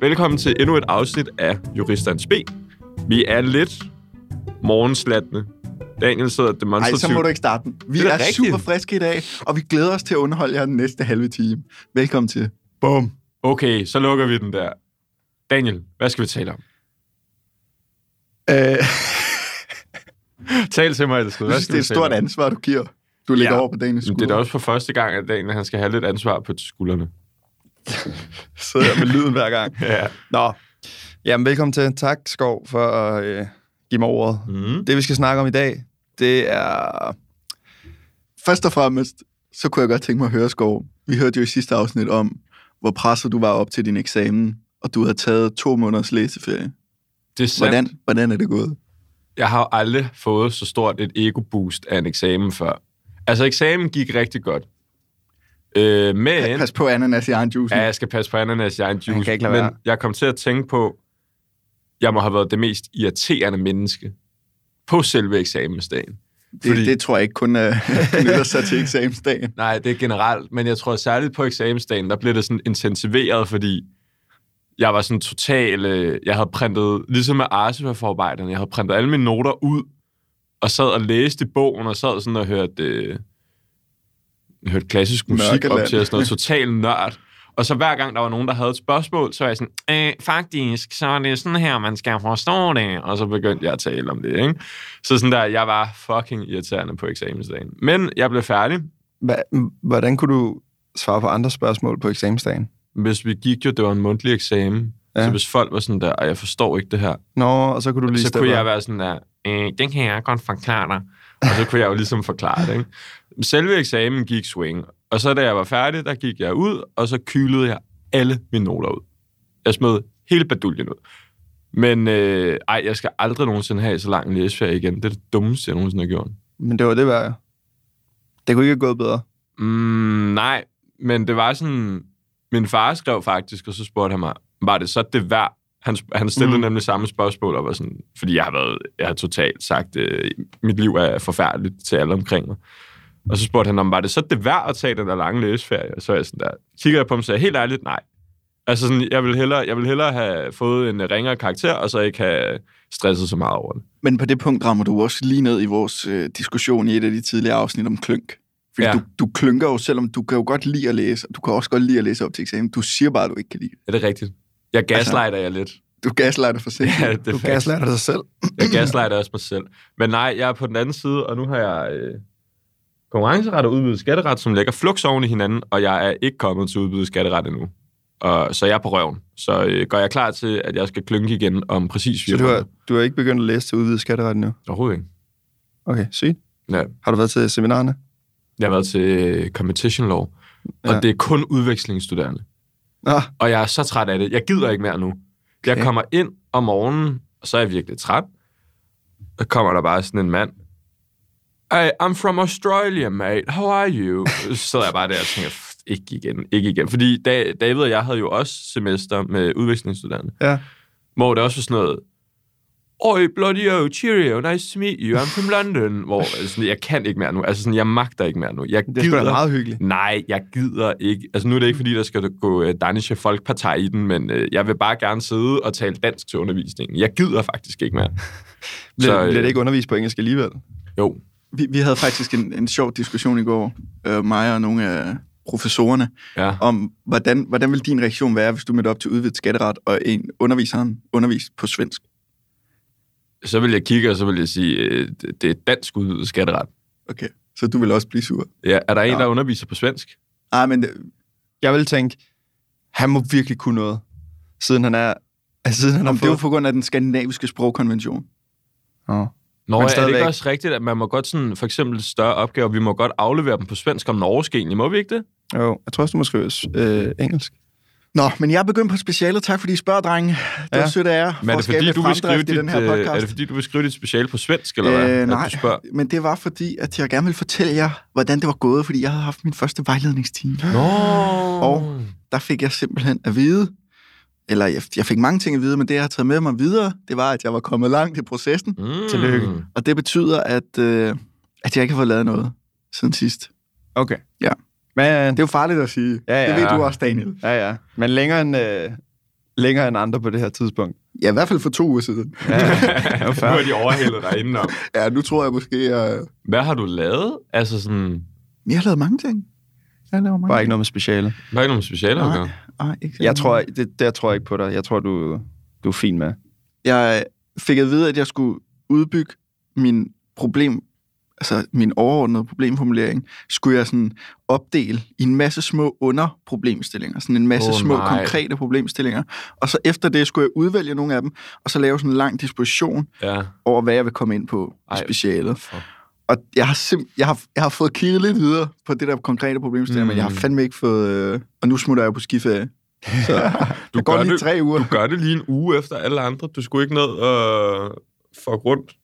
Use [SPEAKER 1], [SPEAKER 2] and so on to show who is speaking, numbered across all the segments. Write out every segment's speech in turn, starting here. [SPEAKER 1] Velkommen til endnu et afsnit af Juristerens B. Vi er lidt morgenslattende. Daniel sidder
[SPEAKER 2] Nej,
[SPEAKER 1] demonstrativt.
[SPEAKER 2] så må du ikke starte den. Vi
[SPEAKER 1] Det er
[SPEAKER 2] er,
[SPEAKER 1] da
[SPEAKER 2] er
[SPEAKER 1] rigtigt.
[SPEAKER 2] super friske i dag, og vi glæder os til at underholde jer den næste halve time. Velkommen
[SPEAKER 1] Øh,
[SPEAKER 2] til. Bum.
[SPEAKER 1] Okay, så lukker vi den der. Daniel, hvad skal vi tale om?
[SPEAKER 2] Øh, jeg
[SPEAKER 1] Tal til mig, elskede. Hvad
[SPEAKER 2] synes,
[SPEAKER 1] skal vi
[SPEAKER 2] det er
[SPEAKER 1] tale
[SPEAKER 2] et
[SPEAKER 1] om?
[SPEAKER 2] stort ansvar, du giver. Du ligger
[SPEAKER 1] Ja.
[SPEAKER 2] ja. over på Daniels
[SPEAKER 1] Jamen, Det er da
[SPEAKER 2] skulder.
[SPEAKER 1] også for første gang, at Daniel han skal have lidt ansvar på skuldrene.
[SPEAKER 3] sidder jeg med lyden hver gang.
[SPEAKER 1] Ja.
[SPEAKER 3] Nå, jamen velkommen til. Tak, Skov, for at øh, give mig ordet.
[SPEAKER 1] Mm.
[SPEAKER 3] Det, vi skal snakke om i dag, det er...
[SPEAKER 2] Først og fremmest, så kunne jeg godt tænke mig at høre, Skov. Vi hørte jo i sidste afsnit om, hvor presset du var op til din eksamen, og du havde taget to måneders læseferie.
[SPEAKER 1] Det er sandt.
[SPEAKER 2] Hvordan, hvordan er det gået?
[SPEAKER 1] jeg har jo aldrig fået så stort et ego-boost af en eksamen før. Altså, eksamen gik rigtig godt. Øh, men...
[SPEAKER 2] Pas på ananas i egen juice.
[SPEAKER 1] Ja,
[SPEAKER 2] Ja.
[SPEAKER 1] jeg skal passe på ananas i egen juice.
[SPEAKER 3] kan ikke lade
[SPEAKER 1] men
[SPEAKER 3] være.
[SPEAKER 1] jeg kom til at tænke på, jeg må have været det mest irriterende menneske på selve eksamensdagen.
[SPEAKER 2] Det,
[SPEAKER 1] fordi-
[SPEAKER 2] det tror jeg ikke kun er knytter sig til eksamensdagen.
[SPEAKER 1] Nej, det er generelt, men jeg tror særligt på eksamensdagen, der blev det sådan intensiveret, fordi jeg var sådan total, øh, jeg havde printet, ligesom med Arsefa-forarbejderne, jeg havde printet alle mine noter ud, og sad og læste i bogen, og sad sådan og hørte, øh, hørte klassisk musik Mørkeland. op
[SPEAKER 2] Mørkeland.
[SPEAKER 1] til, og sådan noget total nørd. Og så hver gang der var nogen, der havde et spørgsmål, så var jeg sådan, øh, faktisk, så er det sådan her, man skal forstå det. Og så begyndte jeg at tale om det, ikke? Så sådan der, jeg var fucking irriterende på eksamensdagen. Men jeg blev færdig,
[SPEAKER 3] Hva, hvordan kunne du svare på andre spørgsmål på eksamensdagen?
[SPEAKER 1] hvis vi gik jo, det var en mundtlig eksamen, ja.
[SPEAKER 3] Ja.
[SPEAKER 1] så hvis folk var sådan der, og jeg forstår ikke det her,
[SPEAKER 3] Nå, og så kunne du lige
[SPEAKER 1] så
[SPEAKER 3] steppe
[SPEAKER 1] kunne
[SPEAKER 3] op.
[SPEAKER 1] jeg være sådan der, øh, den kan jeg godt forklare dig. Og så kunne jeg jo ligesom forklare det, ikke? Selve eksamen gik swing, og så da jeg var færdig, der gik jeg ud, og så kylede jeg alle mine noter ud. Jeg smed hele baduljen ud. Men øh, ej, jeg skal aldrig nogensinde have så lang en læseferie igen. Det er det dummeste, jeg nogensinde har gjort.
[SPEAKER 3] Men det var det værd. Det kunne ikke have gået bedre.
[SPEAKER 1] Mm, nej, men det var sådan... Min far skrev faktisk, og så spurgte han mig, var det så det værd? Han, sp- han stillede mm.
[SPEAKER 2] Mm.
[SPEAKER 1] nemlig samme spørgsmål, og var sådan, fordi jeg har, været, jeg har totalt sagt, øh, mit liv er forfærdeligt til alle omkring mig. Og så spurgte han, om var det så det værd at tage den der lange læseferie? Og så er jeg sådan der, kigger jeg på ham og sagde, helt ærligt, nej. Altså sådan, jeg ville hellere, jeg ville hellere have fået en øh, ringere karakter, og så ikke have stresset så meget over det.
[SPEAKER 2] Men på det punkt rammer du også lige ned i vores øh, diskussion i et af de tidligere afsnit om klønk. Fordi
[SPEAKER 1] Ja.
[SPEAKER 2] ja. du, du klynker jo, selvom du kan jo godt lide at læse, og du kan også godt lide at læse op til eksamen. Du siger bare, at du ikke kan lide det.
[SPEAKER 1] Er det rigtigt? Jeg gaslighter altså, jer lidt.
[SPEAKER 2] Du gaslighter for sent.
[SPEAKER 1] Ja,
[SPEAKER 2] Ja.
[SPEAKER 1] det er
[SPEAKER 3] Du
[SPEAKER 1] faktisk-
[SPEAKER 3] gaslighter dig selv.
[SPEAKER 1] Jeg gaslighter også mig selv. Men nej, jeg er på den anden side, og nu har jeg øh, konkurrenceret og udvidet skatteret, som lægger flux oven i hinanden, og jeg er ikke kommet til udvidet skatteret endnu. Og, så jeg er på røven. Så øh, går jeg klar til, at jeg skal klynke igen om præcis
[SPEAKER 3] Så
[SPEAKER 1] fire
[SPEAKER 3] du
[SPEAKER 1] måneder.
[SPEAKER 3] har, du har ikke begyndt at læse til udvidet skatteret nu?
[SPEAKER 1] Overhovedet ikke.
[SPEAKER 3] Okay, sygt.
[SPEAKER 1] Ja.
[SPEAKER 3] Har du været til seminarerne?
[SPEAKER 1] Jeg har været til øh, competition law, og
[SPEAKER 3] Ja.
[SPEAKER 1] det er kun udvekslingsstuderende.
[SPEAKER 3] Nå,
[SPEAKER 1] Og jeg er så træt af det. Jeg gider ikke mere nu. Jeg
[SPEAKER 3] Okay.
[SPEAKER 1] kommer ind om morgenen, og så er jeg virkelig træt. Og kommer der bare sådan en mand. Hey, I'm from Australia, mate. How are you? Så sidder jeg bare der og tænker, "Pff, ikke igen, ikke igen. Fordi Da- David og jeg havde jo også semester med udvekslingsstuderende.
[SPEAKER 3] ja.
[SPEAKER 1] Hvor det også var sådan noget, Oj, bloody oh, cheerio, nice to meet you, I'm from London. Hvor altså, jeg kan ikke mere nu. Altså, sådan, jeg magter ikke mere nu. Jeg
[SPEAKER 3] Det er sgu da
[SPEAKER 1] gider
[SPEAKER 3] meget hyggeligt.
[SPEAKER 1] Nej, jeg gider ikke. Altså nu er det ikke, fordi der skal gå øh, Danische Folkpartei i den, men øh, jeg vil bare gerne sidde og tale dansk til undervisningen. Jeg gider faktisk ikke mere.
[SPEAKER 3] Bliver,
[SPEAKER 1] øh,
[SPEAKER 3] bliver det ikke undervist på engelsk alligevel?
[SPEAKER 1] Jo.
[SPEAKER 2] Vi, vi havde faktisk en, en sjov diskussion i går, øh, mig og nogle af professorerne,
[SPEAKER 1] Ja.
[SPEAKER 2] om hvordan, hvordan vil din reaktion være, hvis du mødte op til udvidet skatteret, og en underviseren underviste på svensk.
[SPEAKER 1] Så vil jeg kigge, og så vil jeg sige, øh, det- det er dansk udvidet skatteret.
[SPEAKER 2] Okay, så du vil også blive sur.
[SPEAKER 1] Ja, er der en,
[SPEAKER 2] Ja.
[SPEAKER 1] der underviser på svensk?
[SPEAKER 2] Nej, men øh,
[SPEAKER 3] Jeg ville tænke, han må virkelig kunne noget, siden han er... Altså, siden han
[SPEAKER 2] om
[SPEAKER 3] har
[SPEAKER 2] det er jo
[SPEAKER 3] fået...
[SPEAKER 2] på grund af den skandinaviske sprogkonvention.
[SPEAKER 3] Nå.
[SPEAKER 1] Nå,
[SPEAKER 3] Men
[SPEAKER 1] men er det ikke
[SPEAKER 3] stadigvæk.
[SPEAKER 1] også rigtigt, at man må godt sådan, for eksempel større opgaver, vi må godt aflevere dem på svensk om norsk egentlig, må vi ikke det?
[SPEAKER 3] Jo, jeg tror også, du må skrive øh, engelsk.
[SPEAKER 2] Nå, men jeg er begyndt på specialet. Tak fordi I spørger, drenge. Det var
[SPEAKER 3] Ja.
[SPEAKER 2] sødt af jer for
[SPEAKER 1] Men er
[SPEAKER 2] at
[SPEAKER 1] det,
[SPEAKER 2] skabe
[SPEAKER 1] fordi,
[SPEAKER 2] lidt
[SPEAKER 1] du vil skrive
[SPEAKER 2] fremdrift
[SPEAKER 1] dit,
[SPEAKER 2] i den her
[SPEAKER 1] øh, er
[SPEAKER 2] podcast. Øh,
[SPEAKER 1] det fordi, du vil skrive dit speciale på svensk, eller hvad? At
[SPEAKER 2] nej,
[SPEAKER 1] Du spørger.
[SPEAKER 2] men det var fordi, at jeg gerne ville fortælle jer, hvordan det var gået, fordi jeg havde haft min første vejledningstime.
[SPEAKER 1] Nå.
[SPEAKER 2] Og- Der fik jeg simpelthen at vide, eller jeg, jeg fik mange ting at vide, men det, jeg har taget med mig videre, det var, at jeg var kommet langt i processen,
[SPEAKER 1] Mm.
[SPEAKER 3] Tillykke.
[SPEAKER 2] og det betyder, at, øh, at jeg ikke har fået lavet noget siden sidst.
[SPEAKER 3] Okay.
[SPEAKER 2] Ja.
[SPEAKER 3] Men, øh,
[SPEAKER 2] Det er jo farligt at sige.
[SPEAKER 3] Ja, ja.
[SPEAKER 2] Det ved du også, Daniel.
[SPEAKER 3] ja, ja. Men længere end, øh, længere end andre på det her tidspunkt.
[SPEAKER 2] Ja, i hvert fald for to uger siden.
[SPEAKER 3] Ja, det var
[SPEAKER 1] Nu
[SPEAKER 3] fair.
[SPEAKER 1] er de overhældet dig indenom.
[SPEAKER 2] Ja, nu tror jeg måske, jeg...
[SPEAKER 1] Hvad har du lavet? Altså sådan...
[SPEAKER 2] Jeg har lavet mange ting. Jeg laver mange
[SPEAKER 3] Bare ikke noget med speciale.
[SPEAKER 1] Der er ikke nogen specialer at gøre.
[SPEAKER 2] noget. Nej, ikke
[SPEAKER 3] Jeg tror, det, der tror jeg ikke på dig. Jeg tror, du, du Mm. er fin med.
[SPEAKER 2] jeg fik at vide, at jeg skulle udbygge min problem, altså min overordnede problemformulering, skulle jeg sådan opdele i en masse små underproblemstillinger, sådan en masse
[SPEAKER 1] Åh,
[SPEAKER 2] oh, små
[SPEAKER 1] nej.
[SPEAKER 2] nej. konkrete problemstillinger, og så efter det skulle jeg udvælge nogle af dem, og så lave sådan en lang disposition
[SPEAKER 1] Ja.
[SPEAKER 2] over, hvad jeg vil komme ind på i
[SPEAKER 1] Ej.
[SPEAKER 2] specialet. Og jeg har, sim- jeg, har, jeg har fået kigget lidt videre på det der konkrete problemstilling, mm. men jeg har
[SPEAKER 1] Mm.
[SPEAKER 2] fandme ikke fået... Øh, og nu smutter jeg jo på skiferie. Så du
[SPEAKER 1] Du
[SPEAKER 2] går
[SPEAKER 1] gør,
[SPEAKER 2] lige
[SPEAKER 1] det,
[SPEAKER 2] tre uger.
[SPEAKER 1] du gør det lige en uge efter alle andre. Du skulle ikke ned og øh, fuck rundt.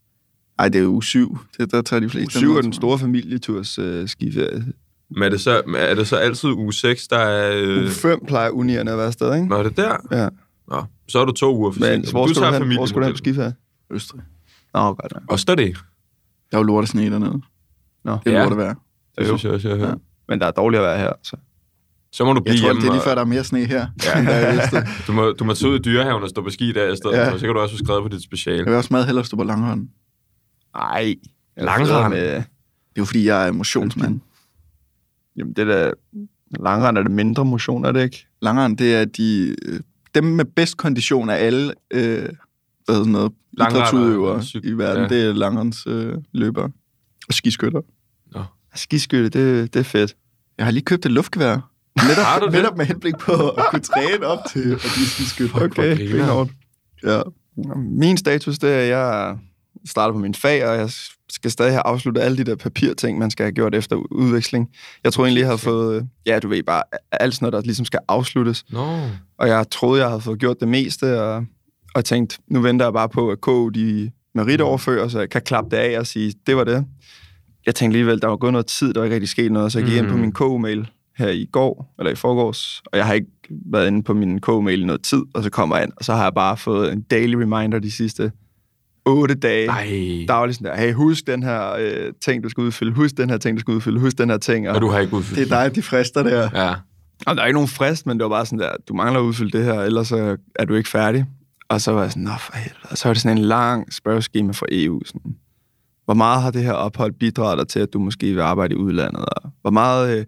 [SPEAKER 2] Nej, det er uge syv. Det, der tager de fleste.
[SPEAKER 3] Syv
[SPEAKER 2] ned,
[SPEAKER 3] er den
[SPEAKER 2] tror jeg.
[SPEAKER 3] store familieturs øh, skiferie.
[SPEAKER 1] Men er det så, er det så altid uge 6, der er... Øh...
[SPEAKER 3] Uge 5 plejer unierne at være afsted, ikke?
[SPEAKER 1] Nå, er det der?
[SPEAKER 3] Ja.
[SPEAKER 1] Nå, så er du to uger for
[SPEAKER 3] Men
[SPEAKER 1] sent.
[SPEAKER 3] hvor
[SPEAKER 1] Du
[SPEAKER 3] skulle
[SPEAKER 1] tager
[SPEAKER 3] du hen, hvor skulle du hen
[SPEAKER 1] familien.
[SPEAKER 3] på skiferie?
[SPEAKER 2] Østrig.
[SPEAKER 3] Nå, oh, godt.
[SPEAKER 1] Også der det.
[SPEAKER 2] Der er jo lort og sne dernede.
[SPEAKER 3] Nå.
[SPEAKER 2] Det
[SPEAKER 1] Ja.
[SPEAKER 2] er ja. lort at være.
[SPEAKER 1] Det synes jeg også, jeg har hørt.
[SPEAKER 2] Ja.
[SPEAKER 3] Men der er dårligt at være her, så.
[SPEAKER 1] Så må du blive
[SPEAKER 2] Jeg tror,
[SPEAKER 1] hjemme.
[SPEAKER 2] det er lige
[SPEAKER 1] og-
[SPEAKER 2] før, der er mere sne her.
[SPEAKER 1] Ja.
[SPEAKER 2] Ja. jeg,
[SPEAKER 1] Du må, du må tage ud i dyrehaven og stå på ski der i stedet,
[SPEAKER 2] Ja.
[SPEAKER 1] ja. så kan du også få skrevet på dit speciale.
[SPEAKER 2] jeg vil også meget hellere stå på langhånd.
[SPEAKER 3] Ej. jeg er
[SPEAKER 1] Langrend.
[SPEAKER 3] federe Med,
[SPEAKER 2] Det er jo fordi, jeg er motionsmand.
[SPEAKER 3] jamen, det der langrend er det mindre motion, er det ikke?
[SPEAKER 2] Langhånd, det er de, øh, dem med bedst kondition af alle øh, hvad hedder sådan noget,
[SPEAKER 1] Langrender
[SPEAKER 2] idrætsudøvere
[SPEAKER 1] og cyk-
[SPEAKER 2] i verden.
[SPEAKER 1] ja.
[SPEAKER 2] Ja. Det er langhånds øh, løbere og skiskytter.
[SPEAKER 3] Skiskytte, det, det er fedt.
[SPEAKER 2] Jeg har lige købt et luftgevær.
[SPEAKER 1] Har du
[SPEAKER 2] Netop,
[SPEAKER 1] det?
[SPEAKER 2] netop med henblik på at kunne træne op til at blive skiskytter.
[SPEAKER 1] hvor
[SPEAKER 3] Okay,
[SPEAKER 1] griner.
[SPEAKER 3] benhårdt.
[SPEAKER 2] Ja.
[SPEAKER 3] Min status, det er, at jeg starter på min fag, og jeg skal stadig have afsluttet alle de der papirting, man skal have gjort efter udveksling. Jeg troede egentlig, jeg havde fået, øh, ja, du ved bare, alt sådan noget, der ligesom skal afsluttes.
[SPEAKER 1] Nå.
[SPEAKER 3] Og jeg troede, jeg havde fået gjort det meste, og, og tænkte, nu venter jeg bare på, at KU de meritoverfører, så jeg kan klappe det af og sige, det var det. Jeg tænkte alligevel, der var gået noget tid, der var ikke rigtig sket noget, så jeg gik mm. ind på
[SPEAKER 1] Mhm.
[SPEAKER 3] min KU-mail her i går, eller i forgårs, og jeg har ikke været inde på min KU-mail i noget tid, og så kommer jeg ind, og så har jeg bare fået en daily reminder de sidste otte dage.
[SPEAKER 1] Nej.
[SPEAKER 3] Dagligt sådan der, hey, husk den her øh, ting, du skal udfylde, husk den her ting, du skal udfylde, husk den her ting.
[SPEAKER 1] Og du har ikke udfyldt.
[SPEAKER 2] Det er dig, de frister der.
[SPEAKER 1] Ja.
[SPEAKER 3] Jamen, der er ikke nogen frist, men det var bare sådan der, du mangler at udfylde det her, ellers så er du ikke færdig. Og så var jeg sådan, nå for helvede. Og så var det sådan en lang spørgeskema fra EU. Sådan, hvor meget har det her ophold bidraget dig til, at du måske vil arbejde i udlandet? Og hvor meget, øh,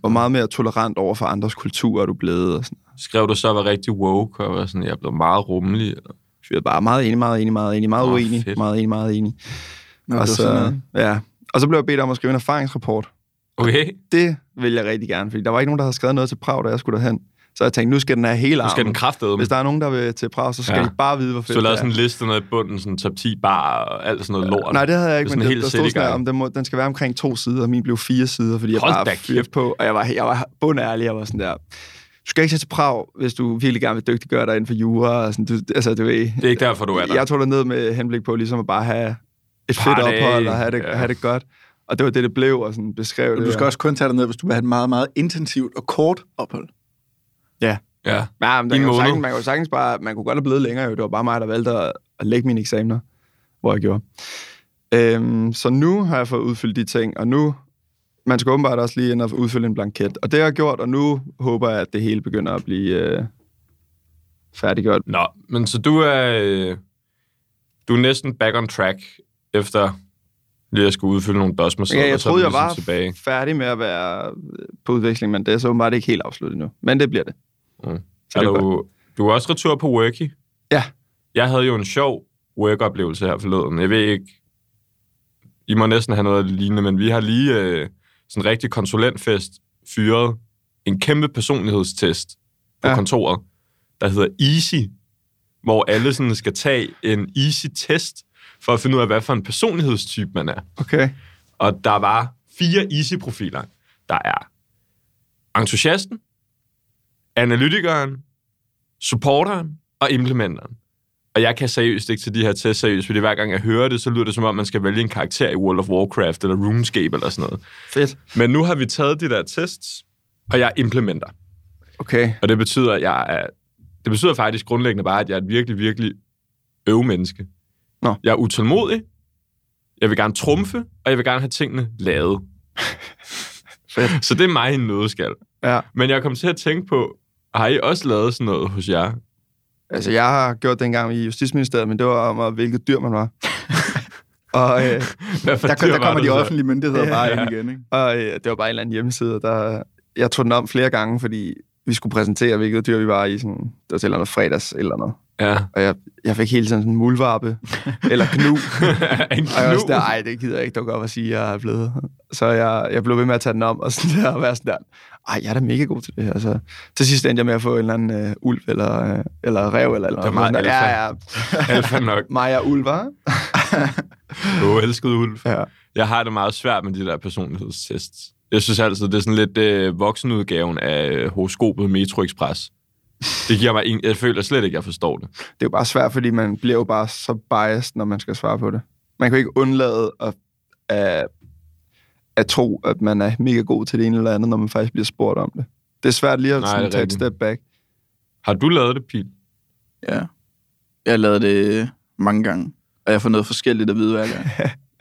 [SPEAKER 3] hvor meget mere tolerant over for andres kultur er du blevet? Og sådan.
[SPEAKER 1] Skrev du så, var rigtig woke, og var sådan, jeg blev meget rummelig. eller-
[SPEAKER 3] Så vi var bare meget enig, meget enig, meget enig, meget
[SPEAKER 1] Åh,
[SPEAKER 3] uenig,
[SPEAKER 1] fedt.
[SPEAKER 3] meget enig, meget enig.
[SPEAKER 2] Nå,
[SPEAKER 3] og,
[SPEAKER 2] det var sådan
[SPEAKER 3] så,
[SPEAKER 2] noget.
[SPEAKER 3] ja. og så blev jeg bedt om at skrive en erfaringsrapport.
[SPEAKER 1] Okay,
[SPEAKER 3] Det vil jeg rigtig gerne, fordi der var ikke nogen, der havde skrevet noget til Prag, da jeg skulle derhen. Så jeg tænkte, nu skal den have hele
[SPEAKER 1] nu
[SPEAKER 3] armen.
[SPEAKER 1] skal den kraftede
[SPEAKER 3] Hvis der er nogen, der vil til Prag, så skal
[SPEAKER 1] Ja.
[SPEAKER 3] ja. de bare vide, hvor
[SPEAKER 1] Så
[SPEAKER 3] fedt
[SPEAKER 1] du lavede
[SPEAKER 3] det
[SPEAKER 1] sådan en liste nede i bunden, sådan top 10 bar og alt sådan noget
[SPEAKER 3] er.
[SPEAKER 1] lort.
[SPEAKER 3] Nej, det havde jeg
[SPEAKER 1] Det
[SPEAKER 3] ikke,
[SPEAKER 1] er
[SPEAKER 3] men
[SPEAKER 1] sådan
[SPEAKER 3] det,
[SPEAKER 1] helt
[SPEAKER 3] der stod sådan
[SPEAKER 1] cityguide.
[SPEAKER 3] her, om den, må, den skal være omkring to sider, og min blev fire sider, fordi jeg
[SPEAKER 1] Hold da
[SPEAKER 3] bare fyrte
[SPEAKER 1] kæft.
[SPEAKER 3] på, og jeg var, jeg var bundærlig, jeg var sådan der, du skal ikke tage til Prag, hvis du virkelig gerne vil dygtiggøre dig inden for jura, og sådan, du, altså du ved,
[SPEAKER 1] Det er ikke derfor, du er der.
[SPEAKER 3] jeg tog det ned med henblik på ligesom at bare have et fedt
[SPEAKER 1] Party.
[SPEAKER 3] ophold, og have det,
[SPEAKER 1] Ja.
[SPEAKER 3] ja. have det godt, og det var det, det blev, og sådan beskrev det.
[SPEAKER 2] Du skal også kun tage dig ned, hvis du vil have et meget, meget intensivt og kort ophold.
[SPEAKER 1] Ja.
[SPEAKER 3] Ja, men der
[SPEAKER 1] I en
[SPEAKER 3] kan jo
[SPEAKER 1] måned.
[SPEAKER 3] sagtens, man kunne jo sagtens bare, man kunne godt have blevet længere, jo. det var bare mig, der valgte at, at lægge mine eksamener, hvor jeg gjorde. Øhm, så nu har jeg fået udfyldt de ting, og nu, man skal åbenbart også lige ind og udfylde en blanket. Og det har jeg gjort, og nu håber jeg, at det hele begynder at blive øh, færdiggjort.
[SPEAKER 1] Nå, men så du er, øh, du er næsten back on track, efter lige at skulle udfylde nogle dosmer.
[SPEAKER 3] Ja, jeg troede, jeg var
[SPEAKER 1] ligesom Tilbage.
[SPEAKER 3] færdig med at være øh, på udveksling, men det er så åbenbart ikke helt afsluttet nu. Men det bliver det.
[SPEAKER 1] Mm.
[SPEAKER 3] Så
[SPEAKER 1] Er
[SPEAKER 3] det er godt.
[SPEAKER 1] du, du er også retur på Worky.
[SPEAKER 3] Ja.
[SPEAKER 1] Jeg havde jo en sjov work-oplevelse her forleden. Jeg ved ikke, I må næsten have noget lignende, men vi har lige øh, sådan en rigtig konsulentfest fyret en kæmpe personlighedstest på
[SPEAKER 3] Ja.
[SPEAKER 1] ja. kontoret, der hedder Easy, hvor alle sådan skal tage en Easy-test for at finde ud af, hvad for en personlighedstype man er.
[SPEAKER 3] Okay.
[SPEAKER 1] Og der var fire easy-profiler. Der er entusiasten, analytikeren, supporteren og implementeren. Og jeg kan seriøst ikke til de her tests seriøst, fordi hver gang jeg hører det, så lyder det som om, man skal vælge en karakter i World of Warcraft eller RuneScape eller sådan noget.
[SPEAKER 3] Fedt.
[SPEAKER 1] Men nu har vi taget de der tests, og jeg er implementer.
[SPEAKER 3] Okay.
[SPEAKER 1] Og det betyder, at jeg er, det betyder faktisk grundlæggende bare, at jeg er et virkelig, virkelig øvemenneske.
[SPEAKER 3] Nå.
[SPEAKER 1] Jeg er utålmodig, jeg vil gerne trumfe, og jeg vil gerne have tingene lavet.
[SPEAKER 3] Fedt.
[SPEAKER 1] Så det er mig i en nødskal.
[SPEAKER 3] Ja.
[SPEAKER 1] Men jeg kom til at tænke på, har I også lavet sådan noget hos jer?
[SPEAKER 3] Altså, jeg har gjort det engang i Justitsministeriet, men det var om, at, hvilket dyr man var. og, øh,
[SPEAKER 1] Hvad for
[SPEAKER 2] Der,
[SPEAKER 1] dyr
[SPEAKER 2] der
[SPEAKER 1] var
[SPEAKER 2] kommer
[SPEAKER 1] det
[SPEAKER 2] de
[SPEAKER 1] så?
[SPEAKER 2] offentlige myndigheder
[SPEAKER 3] Ja.
[SPEAKER 2] bare ind igen, ikke?
[SPEAKER 3] og øh, det var bare en eller anden hjemmeside, og der, jeg tog den om flere gange, fordi vi skulle præsentere, hvilket dyr vi var i. Sådan, der var til et eller andet fredags eller noget.
[SPEAKER 1] Ja.
[SPEAKER 3] Og jeg, jeg fik hele tiden sådan en mulvarpe, eller knu.
[SPEAKER 1] en
[SPEAKER 3] Og jeg var
[SPEAKER 1] knu.
[SPEAKER 3] sådan der, ej, det gider jeg ikke dukke op og sige, jeg er blevet. Så jeg, jeg blev ved med at tage den om, og sådan der, og være sådan der, ej, jeg er da mega god til det her. Så til sidst endte jeg med at få en eller anden øh, ulv, eller, øh, eller rev, eller, eller
[SPEAKER 1] er meget
[SPEAKER 3] sådan der.
[SPEAKER 1] alfa.
[SPEAKER 3] Ja, ja.
[SPEAKER 1] Alfa nok.
[SPEAKER 3] Maja Ulv, hva'?
[SPEAKER 1] Du elskede ulv.
[SPEAKER 3] Ja.
[SPEAKER 1] Jeg har det meget svært med de der personlighedstests. Jeg synes altid, det er sådan lidt øh, voksenudgaven af øh, horoskopet Metro Express. Det giver mig ingen... Jeg føler slet ikke, jeg forstår det.
[SPEAKER 3] Det er jo bare svært, fordi man bliver jo bare så biased, når man skal svare på det. Man kan jo ikke undlade at, at, at tro, at man er mega god til det ene eller andet, når man faktisk bliver spurgt om det. Det er svært lige at
[SPEAKER 1] Nej,
[SPEAKER 3] sådan,
[SPEAKER 1] det er
[SPEAKER 3] tage et
[SPEAKER 1] rigtigt.
[SPEAKER 3] step back.
[SPEAKER 1] Har du lavet det, Pil?
[SPEAKER 2] Ja. Jeg lavede det mange gange, og jeg får noget forskelligt at vide hver gang.